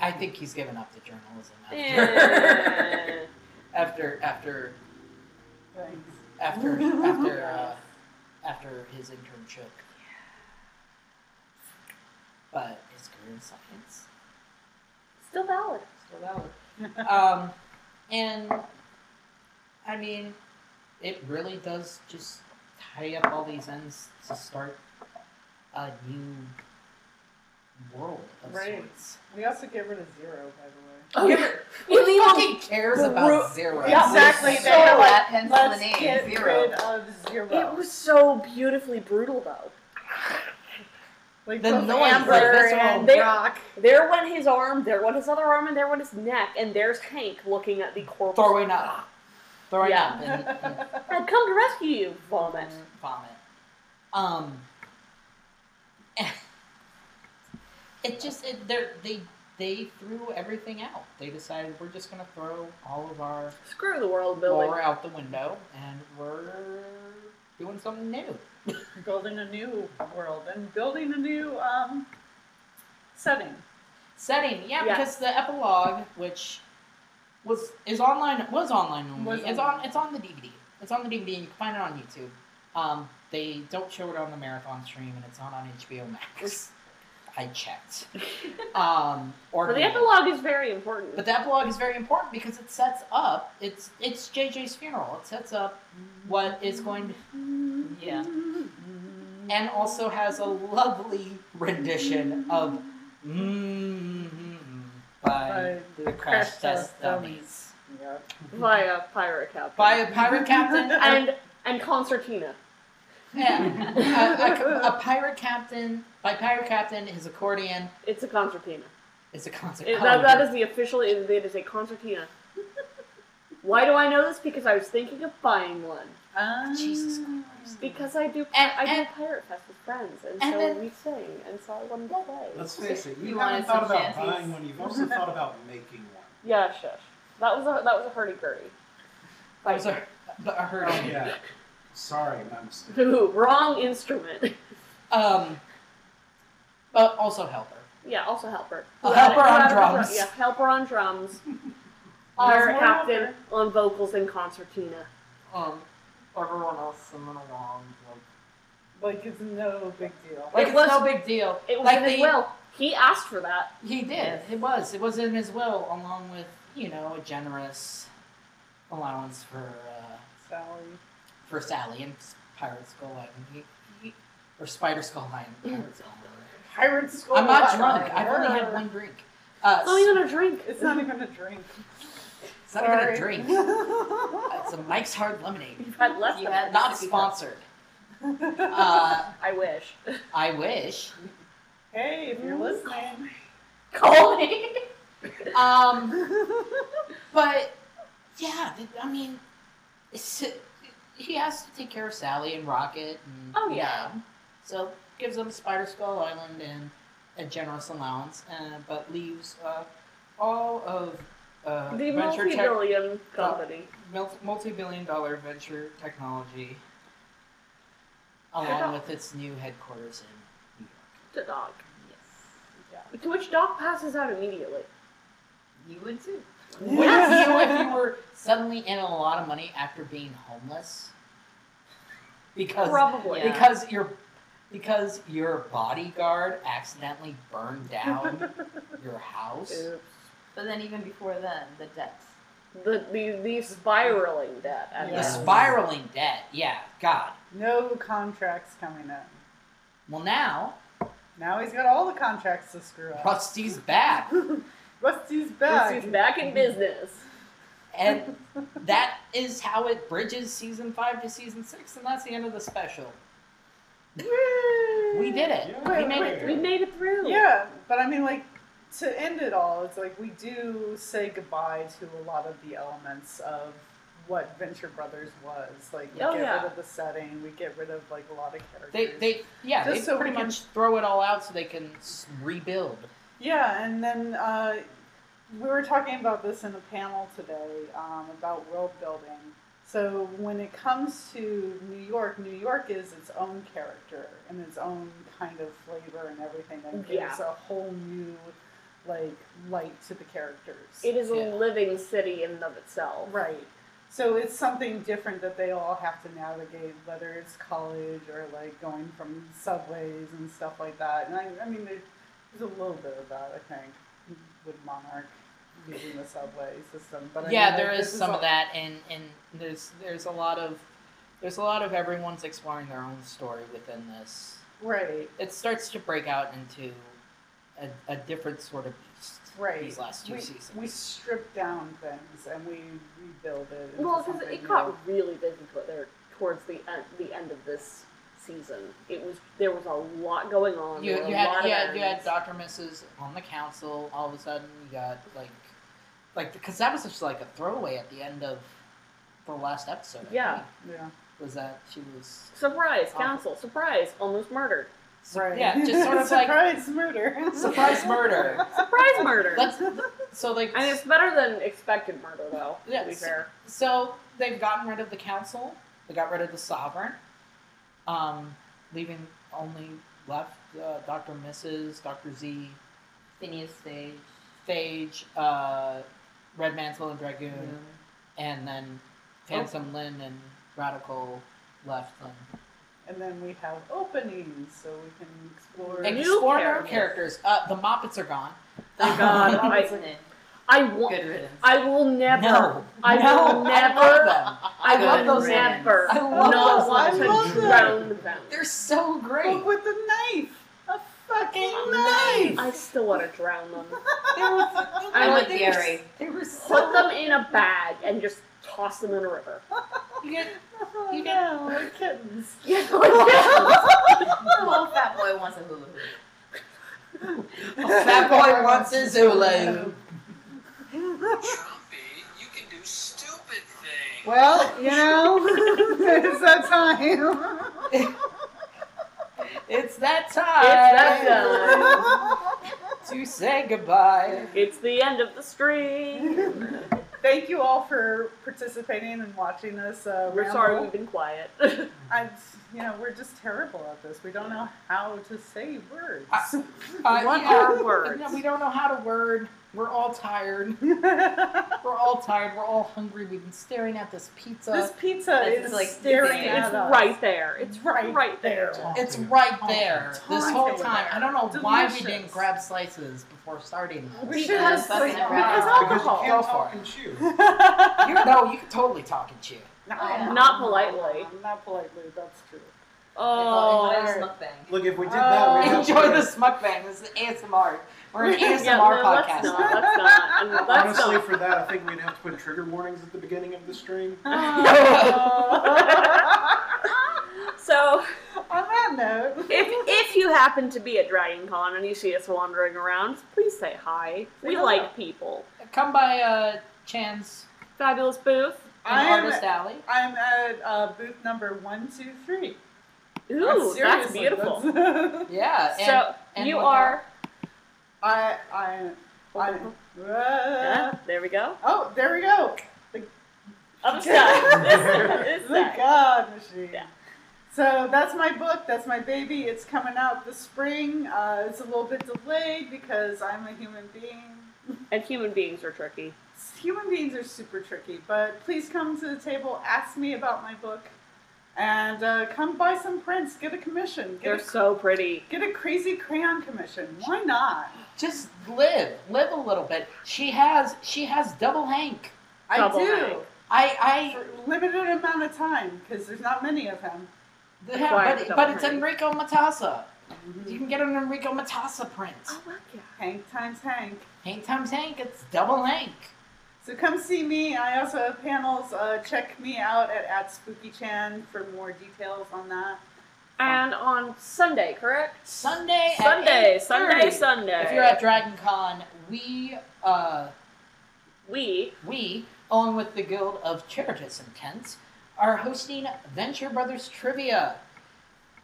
I think he's given up the journalism after
Eh.
after after
Thanks.
after after uh, after his internship. But his career in science
Still valid.
still valid. um, and I mean, it really does just tie up all these ends to start a new world of
Right.
sorts.
We also get rid of zero, by
Oh,
the way.
yeah. Who fucking cares
Bru-
about zero?
Yeah, exactly.
So
They have a-
that pencil
Let's
and
get
ink, zero.
rid of zero.
It was so beautifully brutal, though.
like
The
both
noise,
Amber
like
visceral
and
they-
Rock.
There went his arm, there went his other arm, and there went his neck, and there's Hank looking at the corpse.
Throwing up. Throwing
Yeah.
up and, and
I've come to rescue you, vomit.
Vomit. Um. It just it, they they they threw everything out. They decided we're just gonna throw all of our
Screw the world building.
lore out the window, and we're doing something new.
building a new world and building a new um, setting.
Setting, yeah,
Yeah.
because the epilogue, which was is online, was online only.
Was
it's
online.
on it's on the DVD. It's on the DVD, and you can find it on YouTube. Um, they don't show it on the marathon stream, and it's not on HBO Max. I checked. um, or
But the
Hulu.
epilogue is very important.
But the epilogue is very important because it sets up. It's it's JJ's funeral. It sets up what is going to. Yeah. And also has a lovely rendition of mm by
By
the Crash Test Dummies
Yep.
via pirate captain.
by a pirate captain
and and concertina.
Yeah. a, a, a pirate captain by pirate captain his accordion
It's a concertina.
is a concert.
It- that, that is the official. It, it is a concertina. Why do I know this? Because I was thinking of buying one.
Um,
Jesus Christ.
Because I do.
And-
I do
and-
pirate fest with friends, and,
and
so
then-
we sing, and so I wanted to play.
Let's face it, you,
You wanted
haven't thought
some
about
shanties.
buying one, you've also thought about making one.
Yeah, shush. That was a that was a hurdy gurdy.
that was a, a
Oh,
hurting.
yeah. Sorry, my mistake.
Ooh, wrong instrument.
Um, but also helper.
yeah, also helper.
A helper on
Whoever-
drums.
Yeah, helper on drums.
You're
Osborne.
captain on vocals and concertina.
and
Um,
everyone else singing along. Like,
Like it's no big deal.
Like
It
it's
was-
no big deal.
It was
like
in his
they-
will. He asked for that.
He did. It was. It was in his will, along with you know a generous allowance for uh,
Sally.
for Sally and Pirate Skull Island. He, he, or Spider Skull Island.
Mm.
Pirate Skull Island.
Pirates go
I'm not
wild.
drunk. I've only had one drink. Uh,
It's not even a Oh, drink.
It's not even a drink.
it's not even a
Sorry.
drink. It's a Mike's Hard Lemonade.
You've had less
You
than
had-
Not sponsored. Uh,
I wish.
I wish.
hey, if you're listening,
Call me.
Um, but yeah, th- I mean, it's, he has to take care of Sally and Rocket. And,
Oh, yeah.
you know, so gives them Spider Skull Island and a generous allowance, uh, but leaves uh, all of uh,
The
venture tech,
multi-billion company.
mul- multi-billion dollar venture technology, along with its new headquarters in New York.
to Doc.
yeah.
To which Doc passes out immediately.
You would too.
Would you if you were suddenly in a lot of money after being homeless? Because
Probably.
Yeah.
because your because your bodyguard accidentally burned down your house.
Oops.
But then even before then, the debts.
The, the the spiraling debt. I
The
The
guess.
Yeah.
spiraling debt. Yeah, God.
No contracts coming in.
Well, now
Now he's got all the contracts to screw up.
Rusty's back,
Rusty's
Let's
back.
see, it's back in business.
and that is how it bridges season five to season six, and that's the end of the special. We did it.
Wait,
we made
wait,
it
We
through.
made it through.
Yeah, but I mean, like, to end it all, it's like we do say goodbye to a lot of the elements of what Venture Brothers was. Like, we
Oh,
get
yeah.
rid of the setting, we get rid of, like, a lot of characters.
They, they, yeah,
Just
they
so we
pretty
can-
much throw it all out so they can s- rebuild.
Yeah, and then uh, we were talking about this in a panel today um, about world building. So when it comes to New York, New York is its own character and its own kind of flavor and everything that gives
Yeah.
a whole new like light to the characters.
It is
Yeah.
a living city in and of itself.
Right. So it's something different that they all have to navigate, whether it's college or like going from subways and stuff like that. And I, I mean, there's, there's a little bit of that, I think, with Monarch using the subway system. But I
yeah,
mean,
there
like,
is
this
some
all-
of that, and and there's there's a lot of there's a lot of everyone's exploring their own story within this.
Right.
It starts to break out into a, a different sort of beast.
Right.
These last two
we,
seasons.
we strip down things and we rebuild it. into
Well, because
something
it
new.
got really busy toward there towards the end, the end of this season. It was there was a lot going on.
you,
there were
you
a lot
had
of
you had, you had
errands.
Doctor Mrs. on the council. All of a sudden, you got like like because that was just like a throwaway at the end of the last episode. I
Yeah.
think,
Yeah.
was that she was
surprise
Awful.
council surprise almost murdered
Right.
yeah just sort of like
surprise murder.
surprise murder.
surprise murder.
Let's so like
and it's better than expected murder though.
Yeah,
to be
so-
fair.
So they've gotten rid of the council. They got rid of the sovereign, um, leaving only left uh, Doctor Mrs. Doctor Z,
Phineas Sage.
Phage, uh, Red Mantle and Dragoon, and then Handsome Lynn and Radical left them.
And then we have openings so we can explore.
New
Explore more characters.
characters.
Uh, the Moppets are gone.
Thank God. I-
Isn't it?
I will.
Good riddance.
I will never.
No,
I
no,
will never.
I love them.
I
Good
will
riddance.
never.
I love
not
those.
want
I
to
love them.
drown them.
They're so great.
Look with the knife. A fucking
Knife.
I still want to drown them.
They were,
I
I'm
like
with
they were-
Gary.
They were
Put
so.
them in a bag and just toss them in a river.
You get
Oh,
You
no, we're kittens.
Yeah, like,
The whole fat boy wants a hula hoop.
Fat boy wants his Zulu.
Trumpy, you can do stupid things.
Well, you know, it's that time.
It's that
It's
time
that
to say goodbye.
time. It's the end of the stream.
Thank you all for participating and watching us. Uh,
We're
ramble.
sorry we've been quiet.
I, you know, we're just terrible at this. We don't know how to say words.
Uh,
What
yeah.
are words?
No, we don't know how to word. We're all tired.
this
We're all tired. We're all hungry. We've been staring at this pizza.
pizza
This
is,
is, like,
staring
insane.
at
It's
us.
right there. It's
Right
right, there.
it's right there
it's
this
right
whole
there.
time. I don't know why we
Delicious.
didn't grab slices before starting this.
We should have
Because fucking
slices.
around.
Because
Because you
Go
alcohol.
can't
for
talk
it.
and chew.
You know, you can totally talk and chew.
Yeah.
Not politely.
Not politely. That's true.
Oh,
Oh,
Look, if we did
Oh.
that, we
Enjoy the mukbang. This is ASMR. We're an ASMR
yeah, no,
podcast.
Let's not. Let's not. And Let's
Honestly,
not.
for that, I think we'd have to put trigger warnings at the beginning of the stream.
So,
On that note,
if if you happen to be at Dragon Con and you see us wandering around, please say hi. We
hello.
like people.
Come by uh, Chan's
Fabulous booth.
in
I am-
Artist Alley.
I'm at uh, booth number one, two, three.
Ooh, that's
Seriously,
beautiful.
that's-
Yeah. And
so
and
you
look
are.
I, I, I. uh,
Yeah, Uh, there we go.
Oh, there we go.
Upside. this, this
Thank
side.
God machine.
Yeah.
So that's my book. That's my baby. It's coming out this spring. Uh, it's a little bit delayed because I'm a human being.
And human beings are tricky.
Human beings are super tricky, but please come to the table. Ask me about my book, and uh, come buy some prints. Get a commission. Get
They're
a,
so pretty.
get a crazy crayon commission. Why not?
Just live, live a little bit. She has, she has double hank.
Double
I do.
hang.
I,
For a limited amount of time because there's not many of them.
I, yeah,
Why
but,
double
but it's
hank? Mm-hmm.
Enrico Matassa. You can get an Enrico Matassa print.
Hank times Hank.
Hank times Hank, it's double Hank.
So come see me. I also have panels. Uh, check me out at, at Spooky Chan for more details on that.
And on Sunday, correct?
Sunday, at
Sunday,
8:30.
Sunday, Sunday.
If you're at Dragon Con, we, uh,
we
we, along with the Guild of Charitas and Tents, are hosting Venture Brothers Trivia.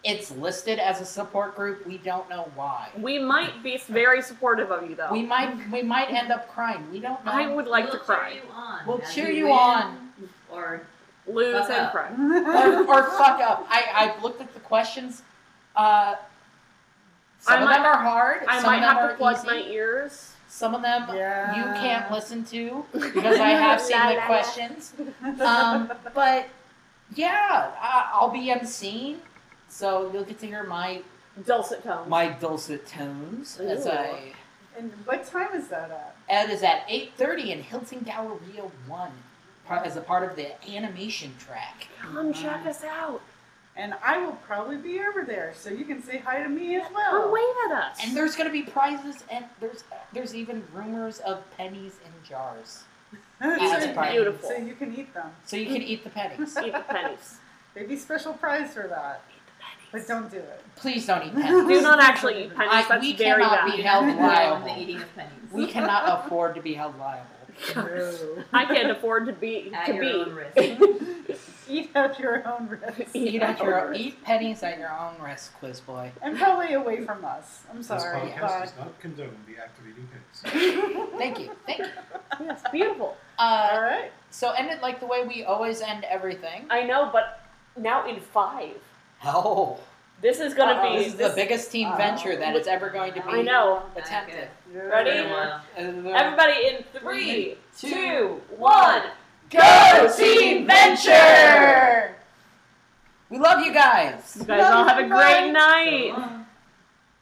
It's listed as a support group. We don't know why.
we might be very supportive of you though.
We might we might end up crying. We don't know.
I would like
we'll
to cry,
Cheer you on
We'll
as
cheer
you
you
win,
on.
Or
lose
Fuck
and
up.
cry.
or, or fuck up. I I've looked at the questions. Uh, some
I
of
might-
them are hard.
I
some
might
of them
have
are
to plug
easy.
my ears.
Some of them
Yeah.
you can't listen to because I have seen
La,
the
la, la.
questions. Um, but yeah, I, I'll be emceeing, so you'll get to hear my
Dulcet tones.
my dulcet tones as
Ooh.
I.
And what time is that at?
Ed is at 8:30 in Hilton Galleria One, part, as a part of the animation track.
Come check us out.
And I will probably be over there, so you can say hi to me as well.
Or wave at us.
And there's gonna be prizes, and there's there's even rumors of pennies in jars,
so,
That's
beautiful.
So you can eat them.
so you can eat the pennies.
Eat the pennies.
Maybe special prize for that. But don't do it.
Please don't eat pennies.
Do not actually eat pennies.
I-
That's
we
very
cannot
bad.
be
you
held
know,
liable.
the eating of pennies.
We cannot afford to be held liable.
No.
I can't afford to be
at
to
your
be.
own risk.
eat at your own risk.
Eat, at
our
your,
risk.
eat pennies at your own risk, quiz boy.
And probably away from us. I'm sorry.
this podcast
But
does not condone the act of eating pigs.
Thank you, thank you.
Yes, beautiful.
all
Uh,
right.
so end it like the way we always end everything.
I know, but now in five,
Oh,
this is gonna
Uh-oh,
be.
this is the biggest team
uh,
venture that it's ever going to be.
I know.
Attempted.
Ready?
Wow.
Everybody,
Everybody in three,
Three,
two,
two,
one.
go Team Venture! We love you guys.
You guys all have a
Night.
great night.
So long.
uh,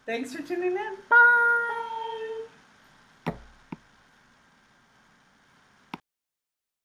Thanks for tuning in.
Bye.